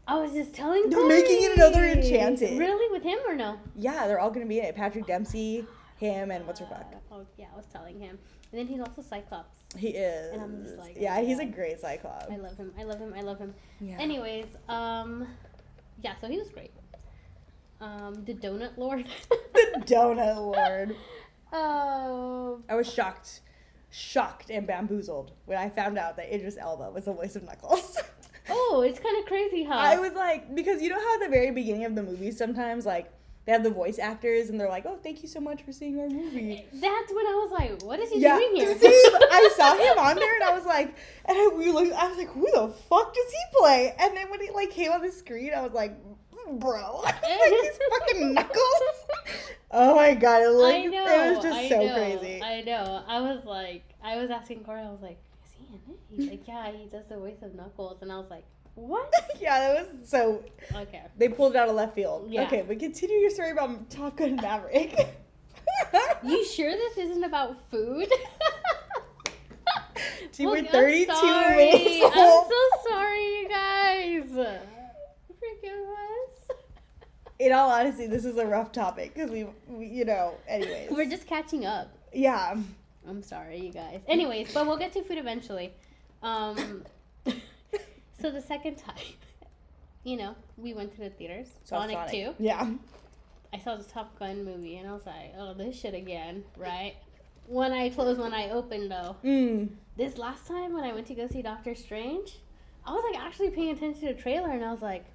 Speaker 1: I was just telling
Speaker 2: They're making it another
Speaker 1: Corey.
Speaker 2: Enchanted.
Speaker 1: Really? With him or no?
Speaker 2: Yeah, they're all gonna be in it. Patrick Dempsey, him, and what's her fuck?
Speaker 1: Uh, Oh, yeah, I was telling him. And then he's also Cyclops.
Speaker 2: He is.
Speaker 1: and I'm just like,
Speaker 2: yeah, he's a
Speaker 1: yeah.
Speaker 2: great Cyclops.
Speaker 1: I love him. I love him. I love him.
Speaker 2: Yeah.
Speaker 1: Anyways, um, yeah, so he was great. Um, the Donut Lord.
Speaker 2: the Donut Lord.
Speaker 1: Oh.
Speaker 2: I was shocked, shocked and bamboozled when I found out that Idris Elba was the voice of Knuckles.
Speaker 1: oh, it's kind of crazy how.
Speaker 2: I was like, because you know how at the very beginning of the movie sometimes like they have the voice actors and they're like, oh, thank you so much for seeing our movie.
Speaker 1: That's when I was like, what is he
Speaker 2: Yeah,
Speaker 1: doing here?
Speaker 2: same. I saw him on there and I was like, and I, we looked, I was like, who the fuck does he play? And then when he like came on the screen, I was like, "Mm, bro, like he's fucking knuckles. Oh my god, it, looked,
Speaker 1: I know.
Speaker 2: it was just
Speaker 1: I
Speaker 2: so
Speaker 1: know,
Speaker 2: crazy.
Speaker 1: I know. I was like, I was asking Corey, I was like, is he in it? He's like, yeah, he does the voice of Knuckles. And I was like, what?
Speaker 2: yeah, that was so.
Speaker 1: Okay.
Speaker 2: They pulled it out of left field.
Speaker 1: Yeah.
Speaker 2: Okay, but continue your story about Top Gun Maverick.
Speaker 1: You sure this isn't about food?
Speaker 2: Dude, we're
Speaker 1: Look, I'm
Speaker 2: 32
Speaker 1: sorry.
Speaker 2: minutes
Speaker 1: I'm
Speaker 2: old.
Speaker 1: so sorry, you guys. Forgive us.
Speaker 2: In all honesty, this is a rough topic because we, we, you know, anyways.
Speaker 1: We're just catching up.
Speaker 2: yeah.
Speaker 1: I'm sorry, you guys. Anyways, but we'll get to food eventually. Um, so the second time, you know, we went to the theaters.
Speaker 2: Saw
Speaker 1: Sonic, 2.
Speaker 2: Yeah.
Speaker 1: I saw the Top Gun movie and I was like, oh, this shit again, right? One eye closed, one eye open, though.
Speaker 2: Mm.
Speaker 1: This last time when I went to go see Doctor Strange, I was like actually paying attention to the trailer and I was like,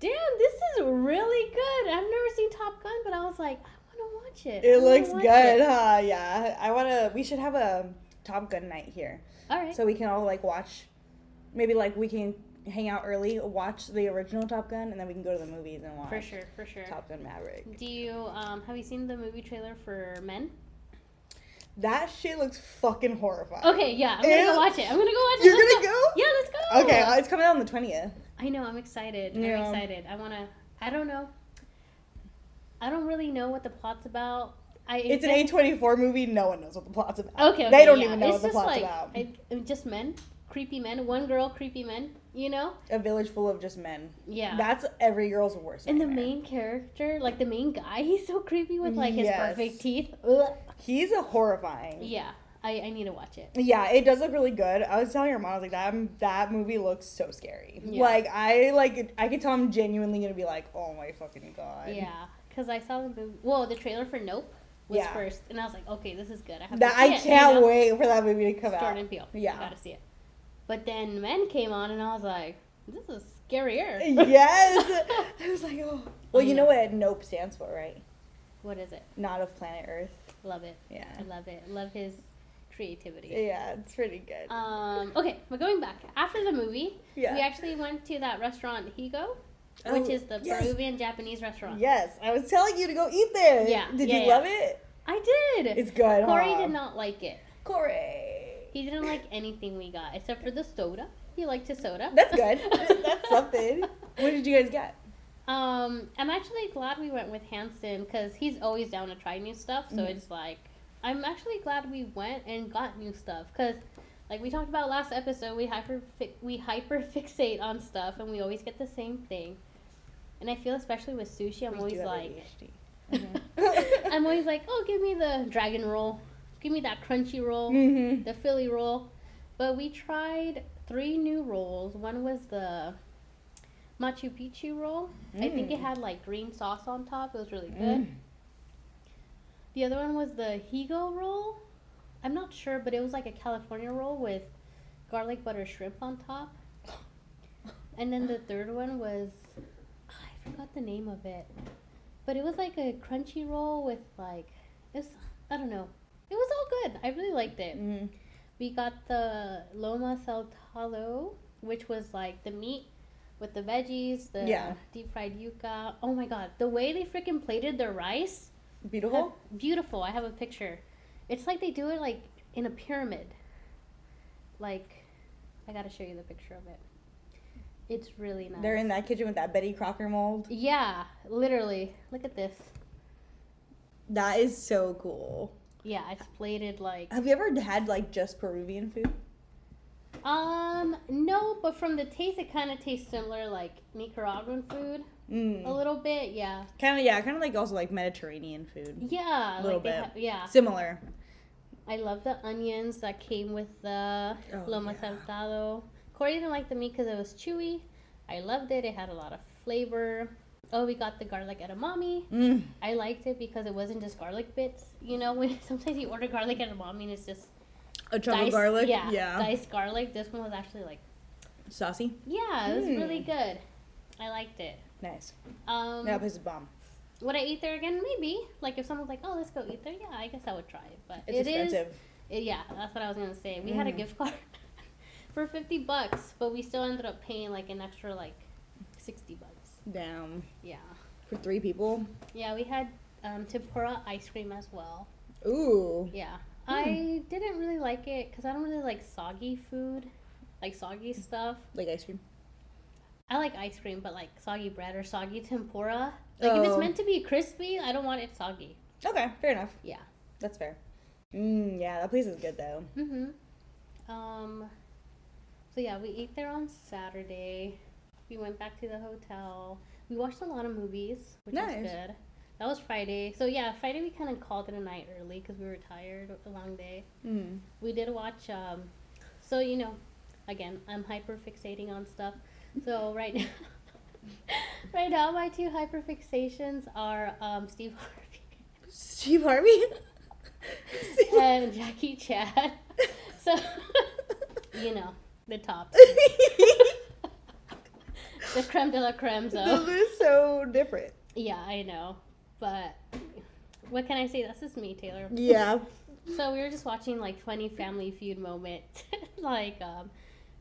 Speaker 1: damn, this is really good. I've never seen Top Gun, but I was like, I want to watch it. I
Speaker 2: It
Speaker 1: wanna
Speaker 2: looks
Speaker 1: watch it."
Speaker 2: good, huh? Yeah. I want to, we should have a Top Gun night here
Speaker 1: All right.
Speaker 2: so we can all like watch, maybe like we can hang out early, watch the original Top Gun, and then we can go to the movies and watch
Speaker 1: for sure, for sure.
Speaker 2: Top Gun Maverick.
Speaker 1: Do you um have you seen the movie trailer for Men?
Speaker 2: That shit looks fucking horrifying.
Speaker 1: Okay, yeah, I'm gonna
Speaker 2: Ew.
Speaker 1: go watch it. I'm gonna go watch
Speaker 2: You're
Speaker 1: it. Let's
Speaker 2: gonna go?
Speaker 1: Yeah, let's go.
Speaker 2: Okay, uh, it's coming out on the 20th.
Speaker 1: I know. I'm excited.
Speaker 2: Yeah.
Speaker 1: I'm excited. I wanna. I don't know. I don't really know what the plot's about. I
Speaker 2: It's an A24 movie. No one knows what the plot's about.
Speaker 1: Okay, okay,
Speaker 2: They don't
Speaker 1: yeah.
Speaker 2: even know
Speaker 1: it's
Speaker 2: what the
Speaker 1: just
Speaker 2: plot's
Speaker 1: like,
Speaker 2: about.
Speaker 1: I, uh, just men, creepy men. One girl, creepy men. You know?
Speaker 2: A village full of just men.
Speaker 1: Yeah.
Speaker 2: That's every girl's worst.
Speaker 1: and the
Speaker 2: nightmare.
Speaker 1: main character, like the main guy, he's so creepy with like his
Speaker 2: Yes.
Speaker 1: perfect teeth. Ugh.
Speaker 2: He's a horrifying. Yeah.
Speaker 1: Yeah, I, I need to watch it.
Speaker 2: it does look really good. I was telling your mom, I was like, that, that movie looks so scary.
Speaker 1: Yeah.
Speaker 2: Like, I like, I could tell I'm genuinely gonna be like, oh my fucking god.
Speaker 1: Yeah, because I saw the movie. Well, the trailer for Nope was
Speaker 2: Yeah.
Speaker 1: first, and I was like, okay, this is good. I have
Speaker 2: That
Speaker 1: to see
Speaker 2: I
Speaker 1: it, you
Speaker 2: can't
Speaker 1: know?
Speaker 2: wait for that movie to come
Speaker 1: Jordan
Speaker 2: out.
Speaker 1: Peele.
Speaker 2: Yeah.
Speaker 1: Yeah, gotta see it. But then Men came on, and I was like, this is scarier.
Speaker 2: yes. I was like, oh. Well, you
Speaker 1: I
Speaker 2: know
Speaker 1: know.
Speaker 2: what Nope stands for, right?
Speaker 1: what is it?
Speaker 2: Not of planet Earth.
Speaker 1: Love it.
Speaker 2: Yeah.
Speaker 1: I love it. Love his creativity.
Speaker 2: Yeah, it's pretty good.
Speaker 1: Um, okay, but going back after the movie,
Speaker 2: yeah.
Speaker 1: we actually went to that restaurant Higo, which
Speaker 2: Oh,
Speaker 1: is the
Speaker 2: yes.
Speaker 1: Peruvian Japanese restaurant.
Speaker 2: Yes, I was telling you to go eat there.
Speaker 1: Yeah,
Speaker 2: Did
Speaker 1: yeah,
Speaker 2: you
Speaker 1: yeah.
Speaker 2: love it?
Speaker 1: I did.
Speaker 2: It's good.
Speaker 1: Corey
Speaker 2: huh?
Speaker 1: did not like it.
Speaker 2: Corey.
Speaker 1: He didn't like anything we got except for the soda. He liked his soda.
Speaker 2: That's good. That's something. What did you guys get?
Speaker 1: Um, I'm actually glad we went with Hanson because he's always down to try new stuff. So
Speaker 2: Mhm.
Speaker 1: it's like I'm actually glad we went and got new stuff because Like we talked about last episode, we hyper we hyper fixate on stuff, and we always get the same thing. And I feel especially with sushi, I'm
Speaker 2: We do
Speaker 1: always
Speaker 2: have
Speaker 1: like,
Speaker 2: ADHD. Mhm.
Speaker 1: I'm always like, oh, give me the dragon roll, give me that crunchy roll,
Speaker 2: Mhm.
Speaker 1: the Philly roll. But we tried three new rolls. One was the Machu Picchu roll. I think it
Speaker 2: Mm.
Speaker 1: had like green sauce on top. It was really good.
Speaker 2: Mm.
Speaker 1: The other one was the Higo roll. I'm not sure, but it was like a California roll with garlic butter shrimp on top. And then the third one was ah, I forgot the name of it. But it was like a crunchy roll with like it's I don't know. It was all good. I really liked it.
Speaker 2: Mhm.
Speaker 1: We got the Loma Saltalo, which was like the meat with the veggies, the
Speaker 2: Yeah.
Speaker 1: deep fried yuca. Oh my god, the way they freaking plated their rice.
Speaker 2: Beautiful.
Speaker 1: Beautiful. I have a picture. It's like they do it like in a pyramid. Like I gotta show you the picture of it. It's really nice.
Speaker 2: They're in that kitchen with that Betty Crocker mold.
Speaker 1: yeah, literally. Look at this.
Speaker 2: That is so cool.
Speaker 1: Yeah, it's plated like
Speaker 2: Have you ever had like just Peruvian food?
Speaker 1: um no, but from the taste it kinda tastes similar like Nicaraguan food. A
Speaker 2: Mm.
Speaker 1: little bit, yeah.
Speaker 2: Kind of, yeah, kind of like also like Mediterranean food.
Speaker 1: Yeah.
Speaker 2: Little
Speaker 1: like they
Speaker 2: bit.
Speaker 1: have- yeah.
Speaker 2: Similar.
Speaker 1: I love the onions that came with the
Speaker 2: Oh,
Speaker 1: loma
Speaker 2: yeah.
Speaker 1: saltado. Corey didn't like the meat because it was chewy. I loved it. It had a lot of flavor. Oh, we got the garlic edamame.
Speaker 2: Mm.
Speaker 1: I liked it because it wasn't just garlic bits. You know, when sometimes you order garlic edamame and it's just
Speaker 2: A chunk of
Speaker 1: diced-
Speaker 2: garlic.
Speaker 1: Yeah,
Speaker 2: Yeah.
Speaker 1: diced garlic. This one was actually like,
Speaker 2: Saucy.
Speaker 1: yeah, it was
Speaker 2: Mm.
Speaker 1: really good. I liked it.
Speaker 2: Nice.
Speaker 1: Um,
Speaker 2: that place is bomb.
Speaker 1: would I eat there again? Maybe. Like if someone's like, "Oh, let's go eat there," yeah, I guess I would try it. But
Speaker 2: It's
Speaker 1: it is-
Speaker 2: expensive.
Speaker 1: Uh, Yeah, that's what I was gonna say. We had a
Speaker 2: Mm.
Speaker 1: gift card for fifty bucks, but we still ended up paying like an extra like sixty bucks.
Speaker 2: Damn.
Speaker 1: Yeah,
Speaker 2: For three people.
Speaker 1: yeah. We had um, tempura ice cream as well.
Speaker 2: Ooh.
Speaker 1: Yeah,
Speaker 2: Hmm.
Speaker 1: I didn't really like it because I don't really like soggy food, like soggy stuff.
Speaker 2: Like ice cream.
Speaker 1: I like ice cream, but like soggy bread or soggy tempura. Like if it's
Speaker 2: Oh.
Speaker 1: meant to be crispy, I don't want it soggy.
Speaker 2: Okay, fair enough.
Speaker 1: Yeah.
Speaker 2: That's fair. Mm, yeah, that place is good though.
Speaker 1: Mhm. Um. So yeah, we ate there on Saturday. We went back to the hotel. We watched a lot of movies, which was
Speaker 2: Nice.
Speaker 1: good. That was Friday. So yeah, Friday we kind of called it a night early because we were tired, a long day.
Speaker 2: Mm.
Speaker 1: We did watch. Um. So you know, again, I'm hyper fixating on stuff. So right now. Right now, my two hyperfixations are um, Steve Harvey
Speaker 2: Steve Harvey. Steve-
Speaker 1: and Jackie Chan. So, you know, the tops. the creme de la creme,
Speaker 2: Those
Speaker 1: though.
Speaker 2: are so different.
Speaker 1: Yeah, I know. But what can I say? That's just me, Taylor.
Speaker 2: Yeah.
Speaker 1: So we were just watching like funny family feud moments. like, um,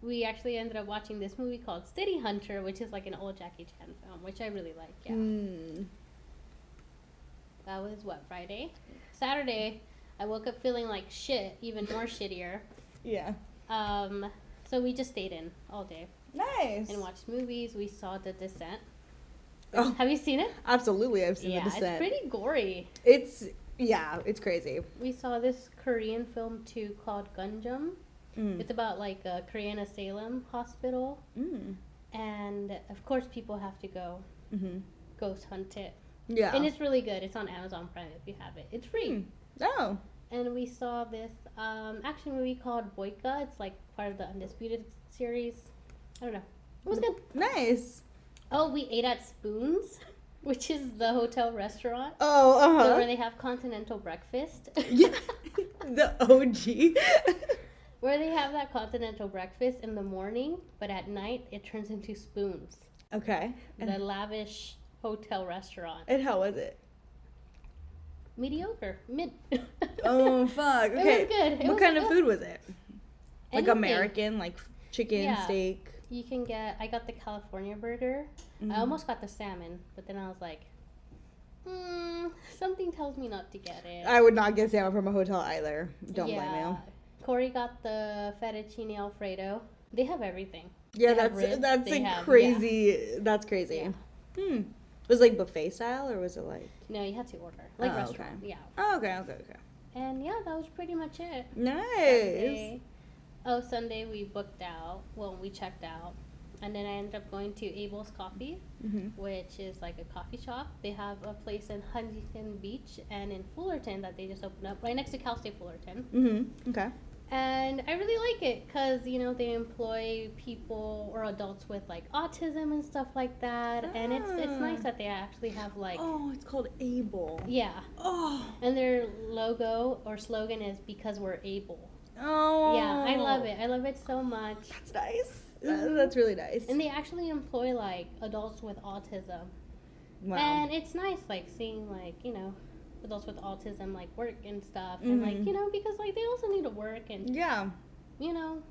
Speaker 1: we actually ended up watching this movie called City Hunter, which is like an old Jackie Chan film, which I really like. Yeah.
Speaker 2: Mm.
Speaker 1: That was what, Friday? Saturday, I woke up feeling like shit, even more shittier.
Speaker 2: Yeah.
Speaker 1: Um, so we just stayed in all day
Speaker 2: Nice.
Speaker 1: and watched movies. We saw The Descent.
Speaker 2: Oh,
Speaker 1: Have you seen it?
Speaker 2: absolutely. I've seen
Speaker 1: yeah,
Speaker 2: the descent.
Speaker 1: it's pretty gory.
Speaker 2: It's yeah, it's crazy.
Speaker 1: We saw this Korean film too called Gunjum.
Speaker 2: Mm.
Speaker 1: It's about like a Korean asylum hospital,
Speaker 2: Mm.
Speaker 1: and of course people have to go
Speaker 2: hmm
Speaker 1: ghost hunt it.
Speaker 2: Yeah.
Speaker 1: And it's really good. It's on Amazon Prime if you have it. It's free.
Speaker 2: Mm. oh.
Speaker 1: And we saw this um, action movie called Boyka. It's like part of the Undisputed series. I don't know. It was good.
Speaker 2: Nice.
Speaker 1: Oh, we ate at Spoons, which is the hotel restaurant. So
Speaker 2: Oh, uh huh.
Speaker 1: where they have continental breakfast.
Speaker 2: yeah. the OG.
Speaker 1: Where they have that continental breakfast in the morning, but at night it turns into spoons.
Speaker 2: okay. And,
Speaker 1: The lavish hotel restaurant.
Speaker 2: and how was it?
Speaker 1: Mediocre. Mid.
Speaker 2: Oh fuck.
Speaker 1: was
Speaker 2: Okay.
Speaker 1: good. It
Speaker 2: what
Speaker 1: was
Speaker 2: kind of
Speaker 1: good.
Speaker 2: food was it? Like
Speaker 1: Anything.
Speaker 2: American, like chicken,
Speaker 1: Yeah.
Speaker 2: steak. Mm-hmm.
Speaker 1: You can get, I got the California burger. I almost got the salmon, but then I was like, hmm, something tells me not to get it.
Speaker 2: I would not get salmon from a hotel either. Don't blame you.
Speaker 1: Corey got the fettuccine alfredo. They have everything.
Speaker 2: Yeah,
Speaker 1: They have
Speaker 2: that's
Speaker 1: ribs,
Speaker 2: that's
Speaker 1: they
Speaker 2: a
Speaker 1: have-
Speaker 2: crazy. That's crazy. Hmm. Was it like buffet style or was it like?
Speaker 1: No, you had to order. Like
Speaker 2: Oh, okay.
Speaker 1: restaurant. Yeah.
Speaker 2: Oh, okay, okay, okay.
Speaker 1: And yeah, that was pretty much it.
Speaker 2: Nice.
Speaker 1: Saturday. Oh, Sunday we booked out. Well, we checked out. And then I ended up going to Abel's Coffee,
Speaker 2: Mm-hmm.
Speaker 1: which is like a coffee shop. They have a place in Huntington Beach and in Fullerton that they just opened up right next to Cal State Fullerton.
Speaker 2: Mm-hmm. Okay.
Speaker 1: And I really like it because, you know, they employ people or adults with like autism and stuff like that. And it's it's
Speaker 2: Ah.
Speaker 1: nice that they actually have like
Speaker 2: oh, it's called Able.
Speaker 1: yeah.
Speaker 2: Oh.
Speaker 1: And their logo or slogan is because we're able.
Speaker 2: Oh.
Speaker 1: Yeah, I love it. I love it so much.
Speaker 2: That's nice.
Speaker 1: Mhm.
Speaker 2: that's really nice.
Speaker 1: And they actually employ like adults with autism.
Speaker 2: wow.
Speaker 1: And it's nice like seeing like, you know, adults with autism like work and stuff. And like,
Speaker 2: Mhm.
Speaker 1: you know, because like they also need to work and
Speaker 2: yeah.
Speaker 1: you know,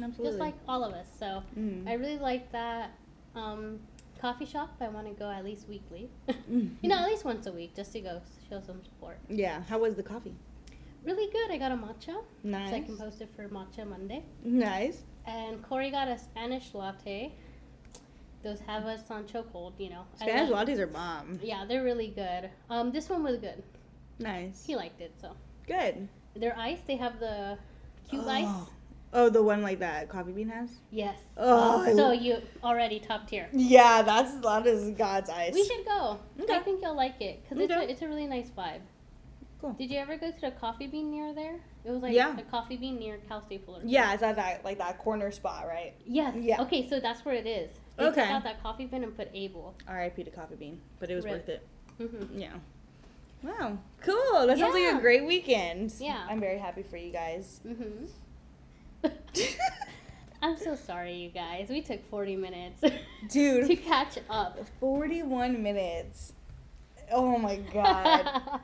Speaker 2: Absolutely.
Speaker 1: just like all of us. So
Speaker 2: Mm.
Speaker 1: I really like that um, coffee shop. I want to go at least weekly. you
Speaker 2: Mm-hmm.
Speaker 1: know, at least once a week just to go s- show some support.
Speaker 2: yeah. How was the coffee?
Speaker 1: Really good. I got a matcha.
Speaker 2: Nice.
Speaker 1: So I can post it for Matcha Monday.
Speaker 2: Nice.
Speaker 1: And Corey got a Spanish latte. Those have us on chokehold, you know. I
Speaker 2: Spanish
Speaker 1: love-
Speaker 2: lattes are bomb.
Speaker 1: Yeah, they're really good. Um, this one was good.
Speaker 2: Nice.
Speaker 1: He liked it, so.
Speaker 2: Good.
Speaker 1: They're ice. They have the cute
Speaker 2: oh.
Speaker 1: ice.
Speaker 2: Oh, the one like that coffee bean has.
Speaker 1: Yes.
Speaker 2: Oh, I
Speaker 1: so
Speaker 2: lo-
Speaker 1: you already top tier.
Speaker 2: Yeah, that's that is God's ice.
Speaker 1: We should go. I
Speaker 2: Okay.
Speaker 1: think you'll like it because it's,
Speaker 2: Okay.
Speaker 1: a, it's a really nice vibe.
Speaker 2: Cool.
Speaker 1: Did you ever go to the coffee bean near there? It was like
Speaker 2: Yeah.
Speaker 1: a coffee bean near Cal State Fullerton.
Speaker 2: yeah, it's at that like that corner spot, right?
Speaker 1: Yes.
Speaker 2: Yeah.
Speaker 1: Okay, so that's where it is. They
Speaker 2: Okay.
Speaker 1: took out that coffee bin and put Abel.
Speaker 2: R.I.P. to coffee bean, but it was
Speaker 1: Right.
Speaker 2: worth it.
Speaker 1: hmm
Speaker 2: Yeah. Wow. Cool. That sounds like
Speaker 1: Yeah.
Speaker 2: a great weekend.
Speaker 1: Yeah.
Speaker 2: I'm very happy for you guys.
Speaker 1: hmm Mm-hmm. I'm so sorry, you guys. We took 40 minutes to
Speaker 2: Dude,
Speaker 1: catch up.
Speaker 2: 41 minutes. Oh my god.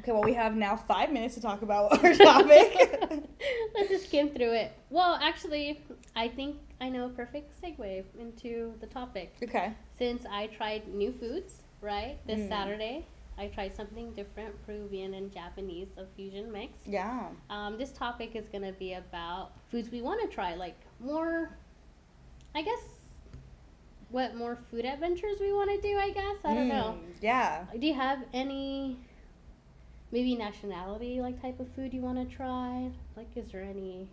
Speaker 2: Okay, well, we have now five minutes to talk about our topic.
Speaker 1: Let's just skim through it. Well, actually, I think I know a perfect segue into the topic.
Speaker 2: okay.
Speaker 1: Since I tried new foods, right, this
Speaker 2: Mm.
Speaker 1: Saturday, I tried something different Peruvian and Japanese, a fusion mix.
Speaker 2: Yeah.
Speaker 1: Um, this topic is going to be about foods we want to try, like more, I guess, what more food adventures we want to do, I guess. I don't know.
Speaker 2: Mm, Yeah.
Speaker 1: Uh, Do you have any, maybe nationality, like type of food you want to try? Like, is there any?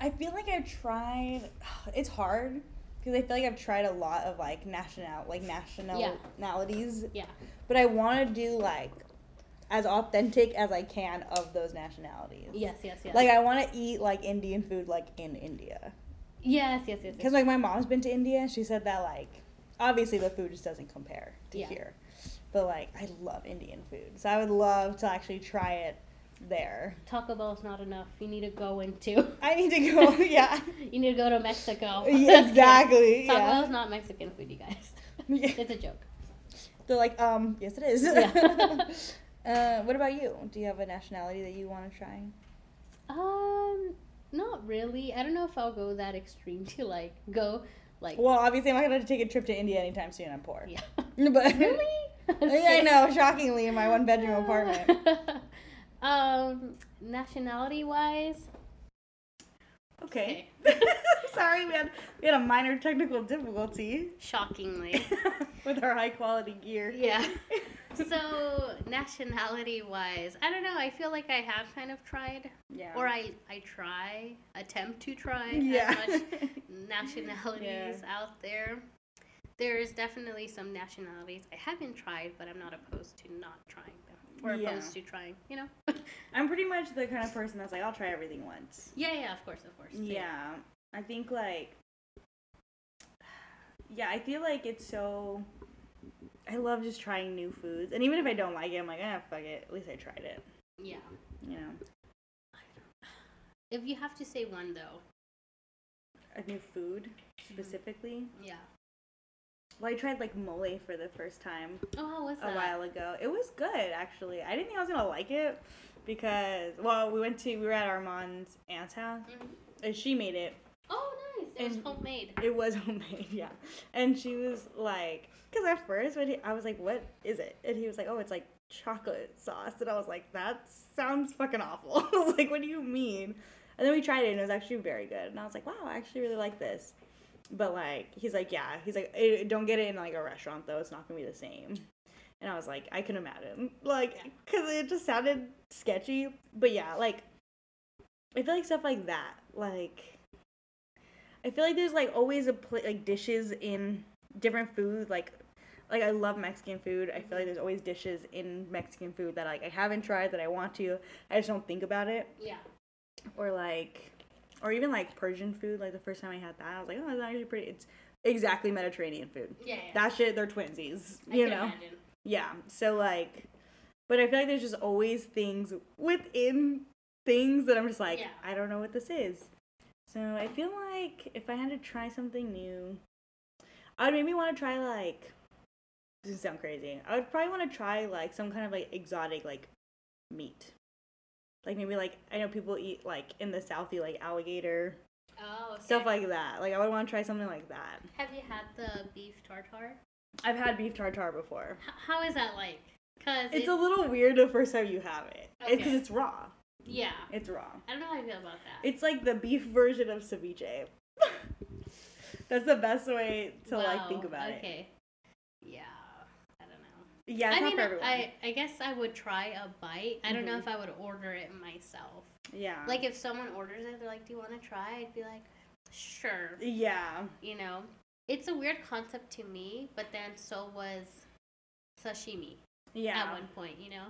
Speaker 2: I feel like I've tried. It's hard because I feel like I've tried a lot of like national, like
Speaker 1: Yeah.
Speaker 2: nationalities.
Speaker 1: Yeah.
Speaker 2: But I want to do like as authentic as I can of those nationalities.
Speaker 1: Yes, yes, yes.
Speaker 2: Like I want to eat like Indian food like in India
Speaker 1: yes, yes, yes. yes.
Speaker 2: because like my mom's been to India and she said that like obviously the food just doesn't compare to
Speaker 1: Yeah.
Speaker 2: here, but like I love Indian food, so I would love to actually try it there.
Speaker 1: Taco Bell's not enough. You need to go into.
Speaker 2: I need to go. yeah.
Speaker 1: You need to go to Mexico.
Speaker 2: Yeah,
Speaker 1: Just kidding.
Speaker 2: exactly.
Speaker 1: Taco
Speaker 2: Yeah.
Speaker 1: Bell's not Mexican food, you guys.
Speaker 2: Yeah.
Speaker 1: it's a joke.
Speaker 2: They're like, um, yes, it is.
Speaker 1: Yeah.
Speaker 2: uh, what about you? Do you have a nationality that you want to try?
Speaker 1: Um, not really. I don't know if I'll go that extreme to like go like.
Speaker 2: Well, obviously, I'm not going to take a trip to India anytime soon. I'm poor.
Speaker 1: Yeah.
Speaker 2: But
Speaker 1: really?
Speaker 2: I know, shockingly, in my one bedroom apartment.
Speaker 1: um, nationality wise,
Speaker 2: Okay. Sorry, we had we had a minor technical difficulty
Speaker 1: shockingly.
Speaker 2: with our high quality gear.
Speaker 1: Yeah. so nationality wise, I don't know. I feel like I have kind of tried,
Speaker 2: yeah.
Speaker 1: or I I try attempt to try
Speaker 2: yeah.
Speaker 1: as much nationalities out there. There is definitely some nationalities I haven't tried, but I'm not opposed to not trying them. Or
Speaker 2: Yeah.
Speaker 1: opposed to trying, you know?
Speaker 2: I'm pretty much the kind of person that's like, I'll try everything once.
Speaker 1: yeah, yeah, of course, of course.
Speaker 2: Yeah. I think like Yeah, I feel like it's so I love just trying new foods. And even if I don't like it, I'm like, ah, fuck it. At least I tried it.
Speaker 1: Yeah.
Speaker 2: You know.
Speaker 1: If you have to say one, though,
Speaker 2: A new food
Speaker 1: Mm-hmm.
Speaker 2: specifically.
Speaker 1: yeah.
Speaker 2: Well, I tried like mole for the first time
Speaker 1: Oh, how was
Speaker 2: a
Speaker 1: that?
Speaker 2: while ago. It was good actually. I didn't think I was gonna like it because well, we went to we were at Armand's aunt's house
Speaker 1: Mhm.
Speaker 2: and she made it.
Speaker 1: Oh, nice. It was
Speaker 2: And-
Speaker 1: homemade.
Speaker 2: It was homemade, yeah. And she was like, because at first when he, I was like, what is it? And he was like, oh, it's like chocolate sauce. And I was like, that sounds fucking awful. I was like, what do you mean? And then we tried it and it was actually very good. And I was like, wow, I actually really like this. But like, he's like, yeah. He's like, "Eh, don't get it in like a restaurant though. It's not gonna be the same. And I was like, I can imagine. Like, because it just sounded sketchy. But yeah, like, I feel like stuff like that. Like, I feel like there's like always a pla like dishes in different food. Like, like I love Mexican food. I feel like there's always dishes in Mexican food that like I haven't tried that I want to. I just don't think about it.
Speaker 1: Yeah.
Speaker 2: Or like, or even like Persian food. Like the first time I had that, I was like, oh, that's actually pretty. It's exactly Mediterranean food.
Speaker 1: Yeah.
Speaker 2: That shit, they're twinsies. You know. Yeah. So like but I feel like there's just always things within things that I'm just like,
Speaker 1: Yeah.
Speaker 2: I don't know what this is. So I feel like if I had to try something new, I would maybe want to try like this is sound crazy. I would probably want to try like some kind of like exotic like meat. Like maybe like I know people eat like in the south you like alligator
Speaker 1: Oh, okay.
Speaker 2: stuff like that. Like I would want to try something like that.
Speaker 1: Have you had the beef tartare?
Speaker 2: I've had beef tartare before.
Speaker 1: H- how is that like? Cause
Speaker 2: It's
Speaker 1: it-
Speaker 2: a little weird the first time you have it. It's 'cause
Speaker 1: Okay.
Speaker 2: it's raw.
Speaker 1: yeah.
Speaker 2: It's raw.
Speaker 1: I don't know how I feel about that.
Speaker 2: It's like the beef version of ceviche. That's the best way to like think
Speaker 1: Wow,
Speaker 2: about it.
Speaker 1: Okay. Yeah. I don't know.
Speaker 2: Yeah, it's
Speaker 1: I
Speaker 2: not
Speaker 1: mean,
Speaker 2: for everyone.
Speaker 1: I, I guess I would try a bite. I don't know
Speaker 2: Mhm.
Speaker 1: if I would order it myself.
Speaker 2: yeah.
Speaker 1: Like, if someone orders it, they're like, Do you want to try? I'd be like, Sure.
Speaker 2: yeah.
Speaker 1: You know? It's a weird concept to me, but then so was sashimi at
Speaker 2: Yeah.
Speaker 1: one point, you know?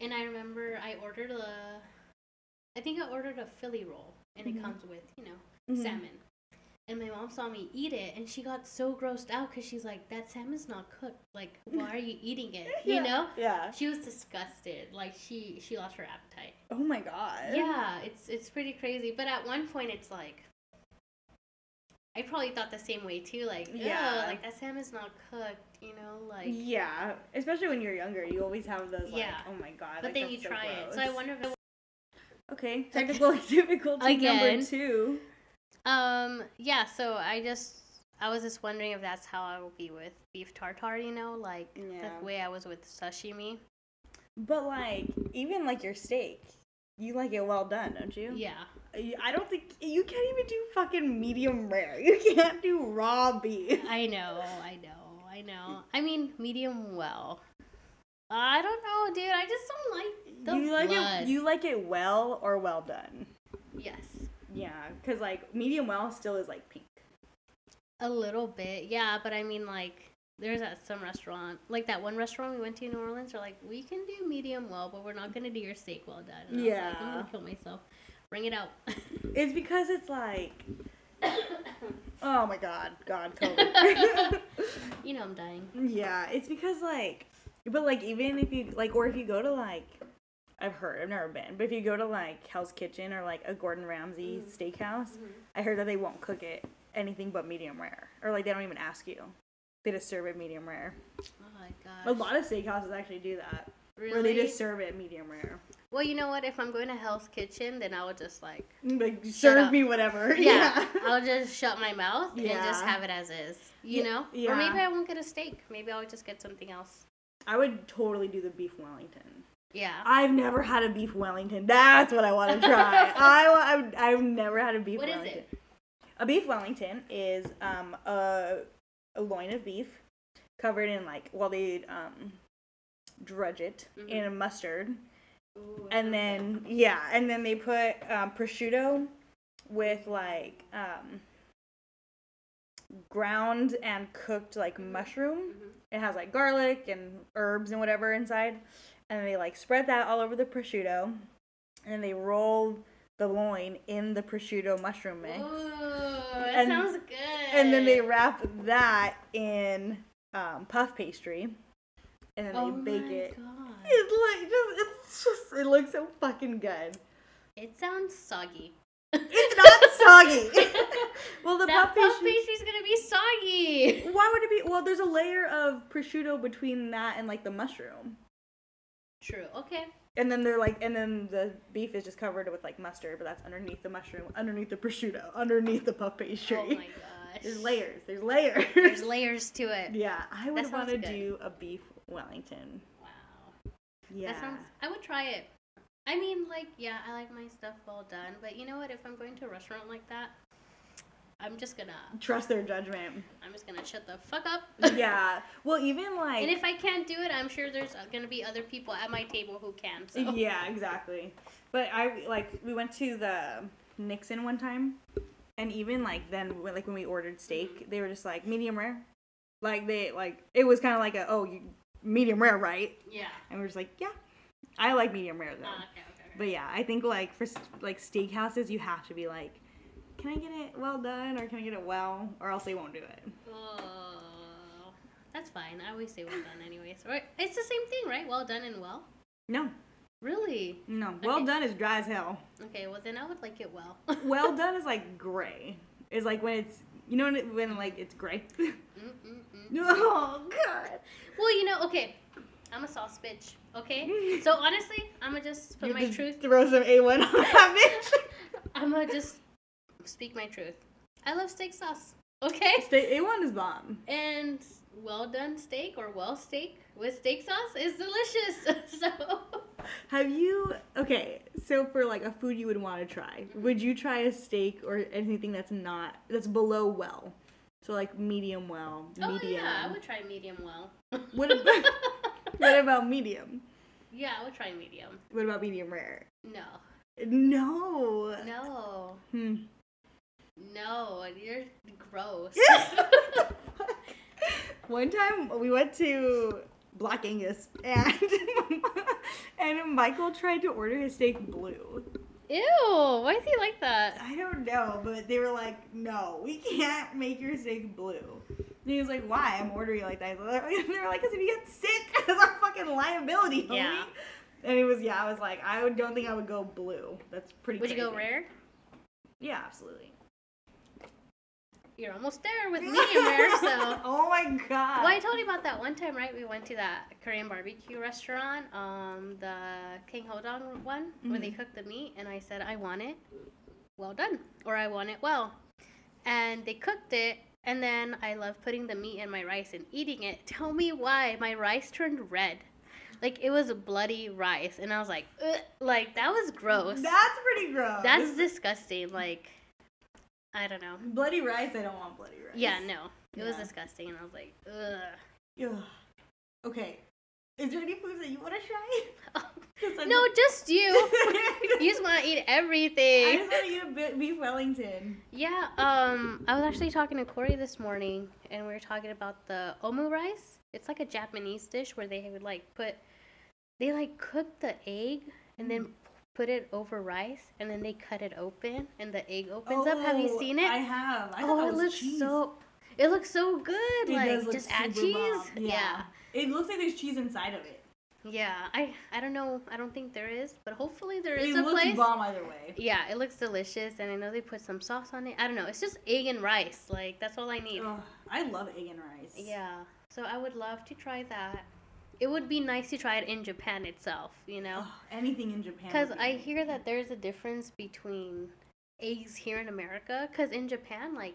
Speaker 1: And I remember I ordered a. I think I ordered a Philly roll, and
Speaker 2: Mhm.
Speaker 1: it comes with, you know,
Speaker 2: Mhm.
Speaker 1: salmon. And my mom saw me eat it, and she got so grossed out because she's like, "That salmon's not cooked. Like, why are you eating it? You
Speaker 2: Yeah.
Speaker 1: know?"
Speaker 2: Yeah.
Speaker 1: She was disgusted. Like she she lost her appetite.
Speaker 2: Oh my god.
Speaker 1: Yeah, it's it's pretty crazy. But at one point, it's like. I probably thought the same way too. Like, yeah,
Speaker 2: Yeah.
Speaker 1: like that salmon's not cooked, you know, like.
Speaker 2: Yeah. Especially when you're younger, you always have those like,
Speaker 1: Yeah.
Speaker 2: oh my god.
Speaker 1: But
Speaker 2: like,
Speaker 1: then
Speaker 2: that's
Speaker 1: you
Speaker 2: so
Speaker 1: try it, so
Speaker 2: gross.
Speaker 1: I wonder if. It,
Speaker 2: Okay, technical difficulty
Speaker 1: Again.
Speaker 2: number two.
Speaker 1: um. Yeah. So I just I was just wondering if that's how I will be with beef tartare. You know, like
Speaker 2: Yeah.
Speaker 1: the way I was with sashimi.
Speaker 2: But like, even like your steak, you like it well done, don't you?
Speaker 1: Yeah.
Speaker 2: I I don't think you can't even do fucking medium rare. You can't do raw beef.
Speaker 1: I know, I know, I know. I mean, medium well. I don't know, dude. I just don't like the
Speaker 2: you like
Speaker 1: blood.
Speaker 2: it. You like it well or well done.
Speaker 1: yes,
Speaker 2: Yeah, because like medium well still is like pink.
Speaker 1: a little bit, yeah. But I mean, like, there's at some restaurant, like that one restaurant we went to in New Orleans. They're like, we can do medium well, but we're not gonna do your steak well done. And I was like, I'm
Speaker 2: Yeah.
Speaker 1: gonna kill myself. Bring it out.
Speaker 2: It's because it's like. oh my god, God, COVID.
Speaker 1: you know I'm dying.
Speaker 2: yeah, it's because like, but like even if you like, or if you go to like, I've heard, I've never been, but if you go to like Hell's Kitchen or like a Gordon Ramsay steakhouse, I heard that they won't cook it anything but medium rare, or like they don't even ask you. They just serve it medium rare.
Speaker 1: Oh my gosh.
Speaker 2: A lot of steakhouses actually do that, where they just serve it medium rare.
Speaker 1: well, you know what? If I'm going to Hell's Kitchen, then I would just like
Speaker 2: Like serve
Speaker 1: up.
Speaker 2: me whatever.
Speaker 1: Yeah, I'll just shut my mouth and just
Speaker 2: Yeah.
Speaker 1: have it as is. You
Speaker 2: Y-
Speaker 1: know,
Speaker 2: yeah.
Speaker 1: or maybe I won't get a steak. Maybe I'll just get something else.
Speaker 2: I would totally do the beef Wellington.
Speaker 1: Yeah.
Speaker 2: I've never had a beef Wellington. That's what I want to try. I wa- I've, I've never had a beef
Speaker 1: What is
Speaker 2: Wellington.
Speaker 1: it?
Speaker 2: A beef Wellington is um a, a loin of beef covered in like well they um drudge it
Speaker 1: Mhm.
Speaker 2: in mustard and then yeah, and then they put um, prosciutto with like um, ground and cooked like mushroom. It has like garlic and herbs and whatever inside, and they like spread that all over the prosciutto, and they roll the loin in the prosciutto mushroom mix,
Speaker 1: Ooh, that
Speaker 2: And-
Speaker 1: sounds good.
Speaker 2: and then they wrap that in um, puff pastry, and then
Speaker 1: oh
Speaker 2: they bake
Speaker 1: my
Speaker 2: it.
Speaker 1: God.
Speaker 2: It's like just, it's just, it looks so fucking good.
Speaker 1: It sounds soggy.
Speaker 2: It's not soggy. well, the
Speaker 1: that puff
Speaker 2: puff pastry.
Speaker 1: pastry's gonna be soggy.
Speaker 2: Why would it be? Well, there's a layer of prosciutto between that and like the mushroom,
Speaker 1: True. Okay.
Speaker 2: and then they're like, and then the beef is just covered with like mustard, but that's underneath the mushroom, underneath the prosciutto, underneath the puff pastry.
Speaker 1: Oh my gosh.
Speaker 2: There's layers. There's layers.
Speaker 1: There's layers to it.
Speaker 2: yeah, I would
Speaker 1: sounds
Speaker 2: want to
Speaker 1: good.
Speaker 2: do a beef Wellington.
Speaker 1: Wow.
Speaker 2: Yeah.
Speaker 1: That sounds. I would try it. I mean, like, yeah, I like my stuff well done, but you know what? If I'm going to a restaurant like that, I'm just gonna
Speaker 2: Trust their judgment.
Speaker 1: I'm just gonna shut the fuck up.
Speaker 2: yeah. Well, even like.
Speaker 1: and if I can't do it, I'm sure there's gonna be other people at my table who can. So
Speaker 2: Yeah, exactly. But I like we went to the Nixon one time, and even like then when, like when we ordered steak, they were just like medium rare, like they like it was kind of like a oh you medium rare right,
Speaker 1: Yeah.
Speaker 2: and we are just like yeah, I like medium rare though.
Speaker 1: Ah, okay, okay, okay.
Speaker 2: But yeah, I think like for s- like steakhouses, you have to be like, can I get it well done or can I get it well, or else they won't do it.
Speaker 1: Oh, that's fine. I always say well done, anyways. Right? It's the same thing, right? Well done and well.
Speaker 2: No,
Speaker 1: Really?
Speaker 2: no, well
Speaker 1: Okay.
Speaker 2: done is dry as hell.
Speaker 1: Okay. Well, then I would like it well.
Speaker 2: well done is like gray. Is like when it's you know when, it, when like it's gray.
Speaker 1: Mm, mm, mm.
Speaker 2: oh god.
Speaker 1: Well, you know, okay. I'm a sauce bitch. Okay. So honestly, I'ma just put
Speaker 2: You
Speaker 1: my
Speaker 2: just
Speaker 1: truth.
Speaker 2: Throw some A one on that
Speaker 1: I'ma just speak my truth. I love steak sauce. Okay.
Speaker 2: bitch. A one is bomb.
Speaker 1: And well done steak or well steak with steak sauce is delicious. so oh,
Speaker 2: Have you okay? So for like a food you would want to try, would you try a steak or anything that's not that's below well? So like medium well, medium.
Speaker 1: oh yeah, I would try medium well.
Speaker 2: What about- What about medium?
Speaker 1: yeah, I would try medium.
Speaker 2: What about medium rare?
Speaker 1: No,
Speaker 2: No.
Speaker 1: no,
Speaker 2: Hmm.
Speaker 1: no. You're gross.
Speaker 2: One time we went to Black Angus and and Michael tried to order his steak blue.
Speaker 1: Ew. Why is he like that?
Speaker 2: I don't know, but they were like, "No, we can't make your steak blue." And he was like, "Why? I'm ordering it like that." And they were like, "Cause if you get sick, it's our fucking liability." homie."
Speaker 1: Yeah.
Speaker 2: And it was yeah. I was like, I would- don't think I would go blue. That's pretty.
Speaker 1: Would you go
Speaker 2: crazy.
Speaker 1: rare?
Speaker 2: Yeah, absolutely.
Speaker 1: You're almost there with medium rare. So.
Speaker 2: oh my god.
Speaker 1: Well, I told you about that one time, right? We went to that Korean barbecue restaurant, um, the King Hodong one, where they cook the meat, and I said, I want it well done, or I want it well. And they cooked it, and then I love putting the meat in my rice and eating it. Tell me why my rice turned red. Like, it was bloody rice, and I was like, Ugh, like, that was gross.
Speaker 2: That's pretty gross.
Speaker 1: That's disgusting. Like, I don't know.
Speaker 2: bloody rice. I don't want bloody rice.
Speaker 1: Yeah, no. It was
Speaker 2: Yeah.
Speaker 1: disgusting, and I was like, ugh.
Speaker 2: Ugh. Okay. Is there any foods that you want to try? 'Cause I'm-
Speaker 1: Um, No, just you. you
Speaker 2: I
Speaker 1: just want to eat
Speaker 2: just
Speaker 1: everything.
Speaker 2: want to eat a bit beef Wellington.
Speaker 1: Yeah, um, I was actually talking to Corey this morning, and we were talking about the omu rice. It's like a Japanese dish where they would like put, they like cook the egg and then put it over rice, and then they cut it open, and the egg opens up. Have you
Speaker 2: Oh,
Speaker 1: seen it?
Speaker 2: I have. I thought
Speaker 1: oh,
Speaker 2: that
Speaker 1: it
Speaker 2: was
Speaker 1: looks
Speaker 2: cheese.
Speaker 1: so. It looks so good.
Speaker 2: It
Speaker 1: like
Speaker 2: does look
Speaker 1: just add
Speaker 2: super
Speaker 1: cheese.
Speaker 2: bomb.
Speaker 1: yeah.
Speaker 2: It looks like there's cheese inside of it.
Speaker 1: Yeah. I I don't know. I don't think there is, but hopefully there is
Speaker 2: It
Speaker 1: a
Speaker 2: looks
Speaker 1: place.
Speaker 2: bomb either way.
Speaker 1: Yeah, it looks delicious, and I know they put some sauce on it. I don't know. It's just egg and rice. Like that's all I need.
Speaker 2: Ugh, I love egg and rice.
Speaker 1: Yeah. So I would love to try that. It would be nice to try it in Japan itself, you know,
Speaker 2: Ugh, anything in Japan.
Speaker 1: because
Speaker 2: would be
Speaker 1: I
Speaker 2: amazing.
Speaker 1: hear that there's a difference between eggs here in America. Because in Japan, like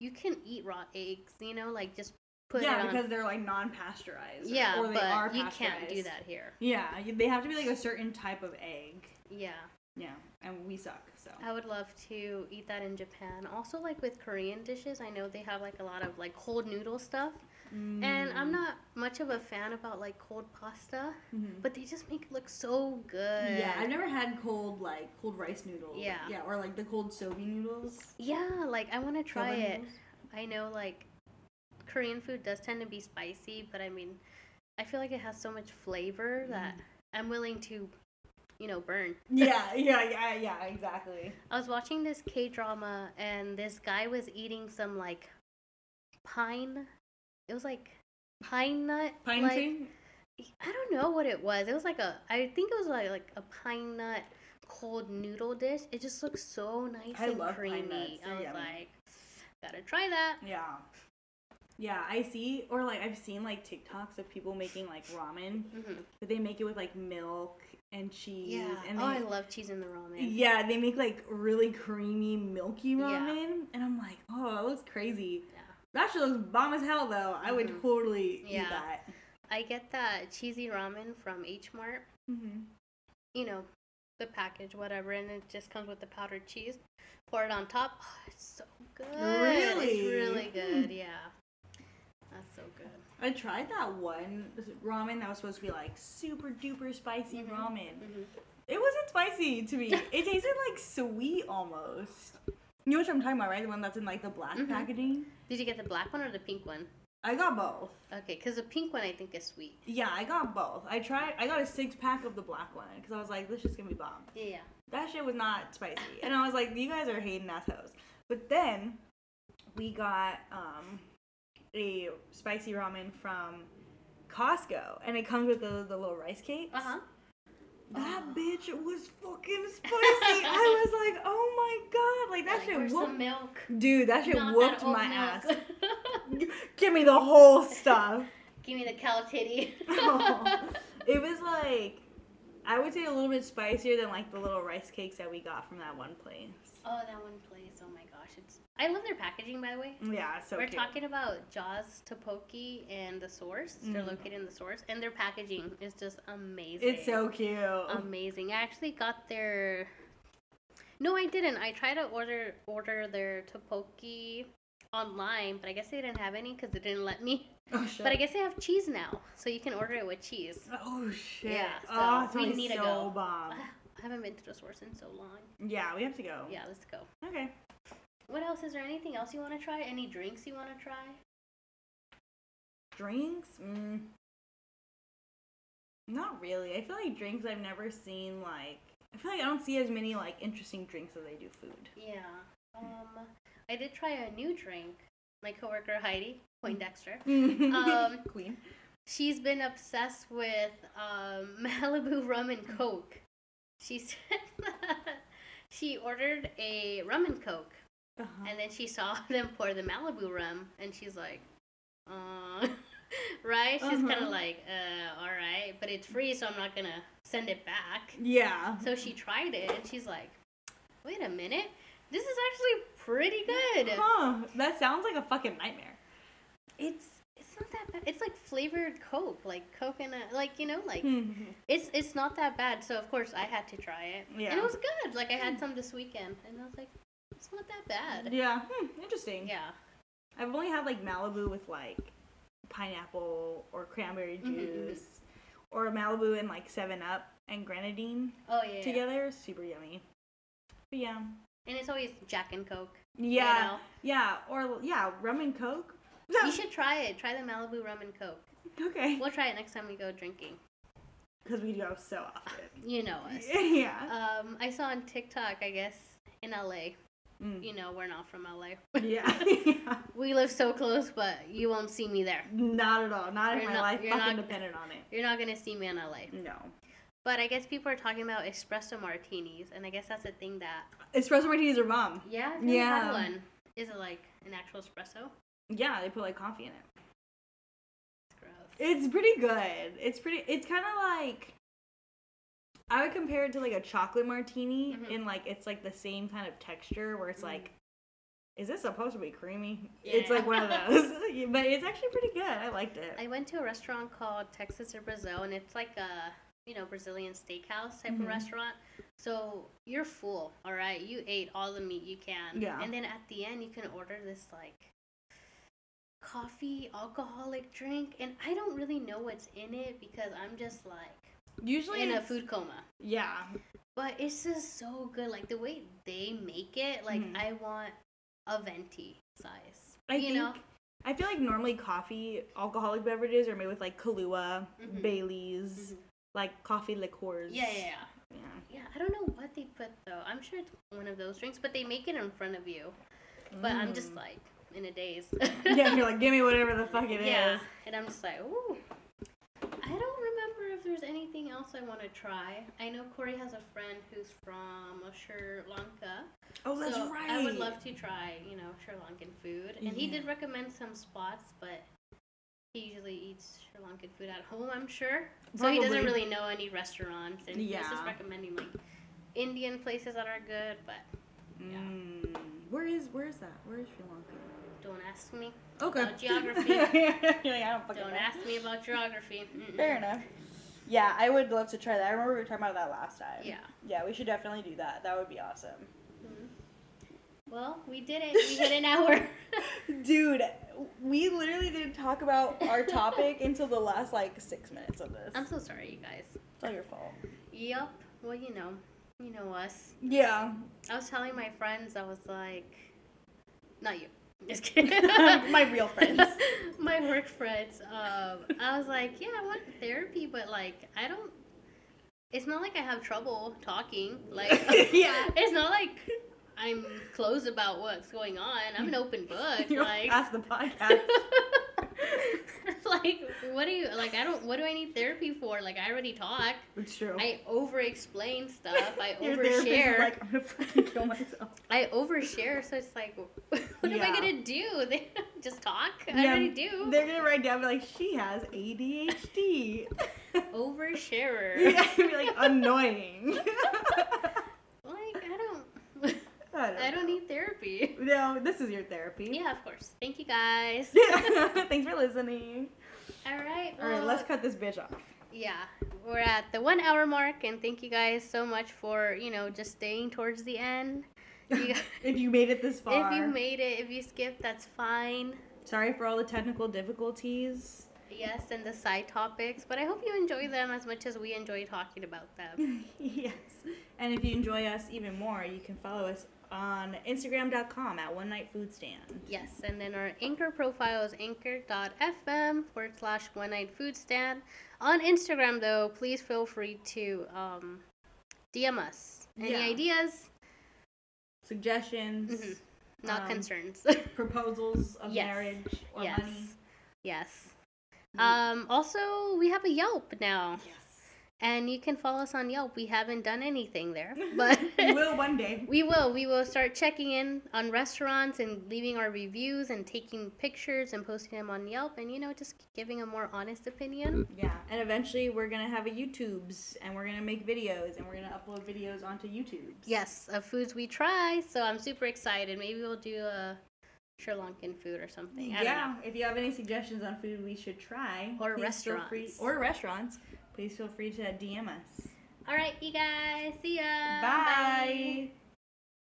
Speaker 1: you can eat raw eggs, you know, like just put it
Speaker 2: yeah,
Speaker 1: on.
Speaker 2: because they're like non-pasteurized. or-
Speaker 1: yeah,
Speaker 2: or they are
Speaker 1: but you can't do
Speaker 2: pasteurized.
Speaker 1: that here.
Speaker 2: Yeah, you- they have to be like a certain type of egg.
Speaker 1: Yeah.
Speaker 2: Yeah, and we suck. So
Speaker 1: I would love to eat that in Japan. Also, like with Korean dishes, I know they have like a lot of like cold noodle stuff.
Speaker 2: Mm-hmm.
Speaker 1: And
Speaker 2: Mm.
Speaker 1: I'm not much of a fan about like cold pasta,
Speaker 2: Mhm.
Speaker 1: but they just make it look so good.
Speaker 2: Yeah, I've never had cold like cold rice noodles.
Speaker 1: Yeah.
Speaker 2: yeah, or like the cold soba noodles.
Speaker 1: Yeah, like I want to try
Speaker 2: Soba
Speaker 1: it.
Speaker 2: noodles.
Speaker 1: I know like Korean food does tend to be spicy, but I mean, I feel like it has so much flavor that
Speaker 2: Mm.
Speaker 1: I'm willing to, you know, burn.
Speaker 2: Yeah, yeah, yeah, yeah, exactly.
Speaker 1: I was watching this K drama and this guy was eating some like pine. It was like pine nut.
Speaker 2: Pine
Speaker 1: like,
Speaker 2: tree.
Speaker 1: I don't know what it was. It was like a I think it was like like a pine nut cold noodle dish. It just looks so nice
Speaker 2: I
Speaker 1: and
Speaker 2: love pine
Speaker 1: creamy.
Speaker 2: nuts. They're
Speaker 1: I was
Speaker 2: yummy.
Speaker 1: like, gotta try that.
Speaker 2: Yeah. Yeah, I see, or like I've seen like TikToks of people making like ramen,
Speaker 1: hmm
Speaker 2: but they make it with like milk and Mm-hmm. cheese.
Speaker 1: Yeah.
Speaker 2: And
Speaker 1: oh, I
Speaker 2: they-
Speaker 1: love cheese in the ramen.
Speaker 2: Yeah, they make like really creamy, milky
Speaker 1: Yeah.
Speaker 2: ramen, and I'm like, oh, that looks crazy.
Speaker 1: Yeah.
Speaker 2: That shit looks bomb as hell, though. I would
Speaker 1: Mhm.
Speaker 2: totally eat
Speaker 1: Yeah.
Speaker 2: that.
Speaker 1: I get that cheesy ramen from H Mart.
Speaker 2: Mm-hmm.
Speaker 1: You know, the package, whatever, and it just comes with the powdered cheese. Pour it on top. Oh, it's so good.
Speaker 2: Really?
Speaker 1: It's really good,
Speaker 2: Hmm.
Speaker 1: yeah. That's so good.
Speaker 2: I tried that one ramen that was supposed to be like super duper spicy
Speaker 1: Mhm.
Speaker 2: ramen.
Speaker 1: Mhm.
Speaker 2: It wasn't spicy to me. It tasted like sweet almost. You know what I'm talking about, right? The one that's in like the black
Speaker 1: Mhm.
Speaker 2: packaging.
Speaker 1: Did you get the black one or the pink one?
Speaker 2: I got both.
Speaker 1: Okay, because the pink one I think is sweet.
Speaker 2: Yeah, I got both. I tried. I got a six pack of the black one because I was like, this is gonna be bomb.
Speaker 1: Yeah.
Speaker 2: That shit was not spicy, and I was like, you guys are hating ass hoes. But then we got um, a spicy ramen from Costco, and it comes with the, the little rice cakes.
Speaker 1: Uh huh.
Speaker 2: That
Speaker 1: Oh.
Speaker 2: bitch was fucking spicy. I was like, oh my god, like that shit
Speaker 1: where's
Speaker 2: whooped.
Speaker 1: the milk?
Speaker 2: Dude, that shit
Speaker 1: Not that
Speaker 2: whooped
Speaker 1: old
Speaker 2: my ass.
Speaker 1: milk.
Speaker 2: Give me the whole stuff.
Speaker 1: Give me the cow titty.
Speaker 2: Oh. It was like, I would say a little bit spicier than like the little rice cakes that we got from that one place.
Speaker 1: Oh, that one place. Oh my gosh, it's. I love their packaging, by the way.
Speaker 2: Yeah, so
Speaker 1: Mm-hmm. We're
Speaker 2: cute.
Speaker 1: talking about Jaws, Topoki, and the Source. They're
Speaker 2: Mhm.
Speaker 1: located in the Source, and their packaging is just amazing.
Speaker 2: It's so cute.
Speaker 1: Um,
Speaker 2: Um,
Speaker 1: amazing. I actually got their. No, I didn't. I tried to order order their Topoki online, but I guess they didn't have any because they didn't let me.
Speaker 2: oh shit.
Speaker 1: But I guess they have cheese now, so you can order it with cheese.
Speaker 2: oh shit.
Speaker 1: Yeah, so
Speaker 2: oh, it's
Speaker 1: we
Speaker 2: probably
Speaker 1: need to
Speaker 2: so
Speaker 1: go.
Speaker 2: bomb.
Speaker 1: I haven't been to the Source in so long.
Speaker 2: Yeah, we have to go.
Speaker 1: Yeah, let's go.
Speaker 2: Okay.
Speaker 1: What else? Is there anything else you want to try? Any drinks you want to try?
Speaker 2: Drinks? Mm. Not really. I feel like drinks I've never seen like I feel like I don't see as many like interesting drinks as I do food.
Speaker 1: Yeah. Um, I did try a new drink. My coworker Heidi Poindexter. Um,
Speaker 2: Queen.
Speaker 1: She's been obsessed with um, Malibu rum and coke. She said she ordered a rum and coke,
Speaker 2: Uh-huh.
Speaker 1: and then she saw them pour the Malibu rum, and she's like, uh, right? She's kind
Speaker 2: Uh-huh.
Speaker 1: of like, uh, all right, but it's free, so I'm not gonna send it back.
Speaker 2: yeah.
Speaker 1: So she tried it and she's like, wait a minute, this is actually pretty good.
Speaker 2: Huh. That sounds like a fucking nightmare.
Speaker 1: It's it's not that bad. It's like flavored Coke, like coconut, like you know, like
Speaker 2: Mhm.
Speaker 1: it's it's not that bad. So of course I had to try it. And
Speaker 2: Yeah. Hmm.
Speaker 1: it was good. Like I had some this weekend and I was like, it's not that bad.
Speaker 2: yeah. Hmm, interesting.
Speaker 1: Yeah.
Speaker 2: I've only had like Malibu with like pineapple or cranberry
Speaker 1: Mhm, mhm.
Speaker 2: juice or Malibu and like 7 Up and grenadine
Speaker 1: Oh yeah. yeah.
Speaker 2: together. Super yummy. But yeah.
Speaker 1: And it's always Jack and Coke. you
Speaker 2: Yeah.
Speaker 1: know?
Speaker 2: Yeah, or yeah, rum and coke.
Speaker 1: You should try it. Try the Malibu rum and Coke.
Speaker 2: okay,
Speaker 1: We'll try it next time we go drinking.
Speaker 2: because we go so often.
Speaker 1: You know us.
Speaker 2: yeah,
Speaker 1: Um, I saw on TikTok, I guess, in LA.
Speaker 2: Mm.
Speaker 1: Um, You know, we're not from LA.
Speaker 2: yeah, yeah.
Speaker 1: We live so close, but you won't see me there.
Speaker 2: Not at all. Not in
Speaker 1: You're
Speaker 2: my
Speaker 1: not-
Speaker 2: life.
Speaker 1: you're
Speaker 2: Fucking
Speaker 1: not-
Speaker 2: dependent on it.
Speaker 1: You're not gonna see me in LA.
Speaker 2: No,
Speaker 1: But I guess people are talking about espresso martinis, and I guess that's a thing that
Speaker 2: espresso martinis are bomb.
Speaker 1: yeah, I've never had
Speaker 2: Yeah.
Speaker 1: one. Is it like an actual espresso?
Speaker 2: Yeah, they put like coffee in it.
Speaker 1: It's gross.
Speaker 2: It's pretty good. It's pretty. It's kind of like. I would compare it to like a chocolate martini,
Speaker 1: Mhm.
Speaker 2: in like it's like the same kind of texture where
Speaker 1: Mm-hmm.
Speaker 2: it's like, is this supposed to be creamy? It's
Speaker 1: Yeah.
Speaker 2: like one of those, but it's actually pretty good. I liked it.
Speaker 1: I went to a restaurant called Texas or Brazil, and it's like a you know Brazilian steakhouse type
Speaker 2: Mhm.
Speaker 1: of restaurant. So you're full, all right. You ate all the meat you can,
Speaker 2: Yeah.
Speaker 1: And then at the end, you can order this like coffee alcoholic drink, and I don't really know what's in it because I'm just like
Speaker 2: Usually
Speaker 1: in a
Speaker 2: it's-
Speaker 1: food coma.
Speaker 2: Yeah,
Speaker 1: But it's just so good, like the way they make it. Like
Speaker 2: Mhm.
Speaker 1: I want a venti size,
Speaker 2: I
Speaker 1: you
Speaker 2: think
Speaker 1: know.
Speaker 2: I feel like normally coffee alcoholic beverages are made with like Kahlua,
Speaker 1: Mhm.
Speaker 2: Bailey's,
Speaker 1: Mhm.
Speaker 2: like coffee liqueurs.
Speaker 1: Yeah, yeah, yeah.
Speaker 2: yeah.
Speaker 1: Yeah, I don't know what they put though. I'm sure it's one of those drinks, but they make it in front of you. But I'm just
Speaker 2: Mm.
Speaker 1: like in a daze.
Speaker 2: yeah, you're like give me whatever the fuck it is.
Speaker 1: yeah, and I'm just like, ooh. I don't remember if there's anything else I want to try. I know Corey has a friend who's from Sri Lanka,
Speaker 2: Oh, that's
Speaker 1: so
Speaker 2: right. Mm-hmm.
Speaker 1: I would love to try, you know, Sri Lankan food. And he
Speaker 2: Yeah.
Speaker 1: did recommend some spots, but he usually eats Sri Lankan food at home, I'm sure. So he doesn't
Speaker 2: Probably.
Speaker 1: really know any restaurants, and he's just
Speaker 2: Yeah.
Speaker 1: recommending like Indian places that are good. But yeah.
Speaker 2: Mm. Where is where is that? Where is Sri Lanka?
Speaker 1: don't ask me.
Speaker 2: Okay.
Speaker 1: About Uh, geography.
Speaker 2: You're like, I don't fucking
Speaker 1: Don't
Speaker 2: know.
Speaker 1: ask me about geography. Mm-mm.
Speaker 2: Fair enough. Yeah, I would love to try that. I remember we were talking about that last time.
Speaker 1: Yeah.
Speaker 2: Yeah, we should definitely do that. That would be awesome.
Speaker 1: Well, we did it. We hit an hour.
Speaker 2: Dude, we literally didn't talk about our topic until the last like six minutes of this.
Speaker 1: I'm so sorry, you guys.
Speaker 2: It's all your fault.
Speaker 1: Yup. Well, you know, you know us.
Speaker 2: Yeah.
Speaker 1: I was telling my friends, I was like, not you. Just kidding.
Speaker 2: My real friends.
Speaker 1: my work friends. Um, I was like, yeah, I want therapy, but like, I don't. It's not like I have trouble talking. Like,
Speaker 2: Yeah.
Speaker 1: it's not like I'm closed about what's going on. I'm an open book.
Speaker 2: You're
Speaker 1: like,
Speaker 2: Ask the podcast.
Speaker 1: like, what do you like? I don't. What do I need therapy for? Like, I already talk.
Speaker 2: It's true.
Speaker 1: I over-explain stuff. I
Speaker 2: Oh. Your therapist is
Speaker 1: overshare.
Speaker 2: Like, I'm gonna fucking kill myself.
Speaker 1: I overshare, so it's like, what am
Speaker 2: Yeah.
Speaker 1: I gonna do? They just talk. I
Speaker 2: Yeah,
Speaker 1: already do.
Speaker 2: They're gonna write down be like she has ADHD.
Speaker 1: Oversharer.
Speaker 2: yeah, be like annoying.
Speaker 1: Like I don't. I don't
Speaker 2: know.
Speaker 1: need therapy.
Speaker 2: No, this is your therapy.
Speaker 1: Yeah, of course. Thank you guys.
Speaker 2: Yeah. Thanks for listening.
Speaker 1: All right.
Speaker 2: All right, let's
Speaker 1: well,
Speaker 2: cut this bitch off.
Speaker 1: Yeah, we're at the one hour mark, and thank you guys so much for you know just staying towards the end. You-
Speaker 2: if you made it this far,
Speaker 1: If you made it, if you skipped, that's fine.
Speaker 2: sorry for all the technical difficulties.
Speaker 1: Yes, and the side topics, but I hope you enjoy them as much as we enjoy talking about them.
Speaker 2: yes. And if you enjoy us even more, you can follow us on Instagram.com at One Night Food Stand.
Speaker 1: Yes, and then our anchor profile is anchor.fm forward slash one night food stand. On Instagram, though, please feel free to um, DM us. Any
Speaker 2: Yeah.
Speaker 1: ideas?
Speaker 2: Suggestions,
Speaker 1: Mhm. Not
Speaker 2: Um,
Speaker 1: concerns.
Speaker 2: proposals of
Speaker 1: Mm-hmm. Yes.
Speaker 2: marriage or
Speaker 1: yes.
Speaker 2: money. Mm.
Speaker 1: Yes. Um, also, we have a Yelp now,
Speaker 2: Yes.
Speaker 1: and you can follow us on Yelp. We haven't done anything there, but
Speaker 2: we will one day.
Speaker 1: We will. We will start checking in on restaurants and leaving our reviews and taking pictures and posting them on Yelp and, you know, just giving a more honest opinion.
Speaker 2: Yeah, and eventually we're gonna have a YouTube's, and we're gonna make videos, and we're gonna upload videos onto YouTube.
Speaker 1: Yes, of foods we try. So I'm super excited. Maybe we'll do a Sri Lankan food or something. I
Speaker 2: yeah. If you have any suggestions on food we should try,
Speaker 1: Or
Speaker 2: please feel free,
Speaker 1: restaurants.
Speaker 2: or restaurants, please feel free to
Speaker 1: don't
Speaker 2: DM us.
Speaker 1: know. All right, you guys. See ya.
Speaker 2: Bye.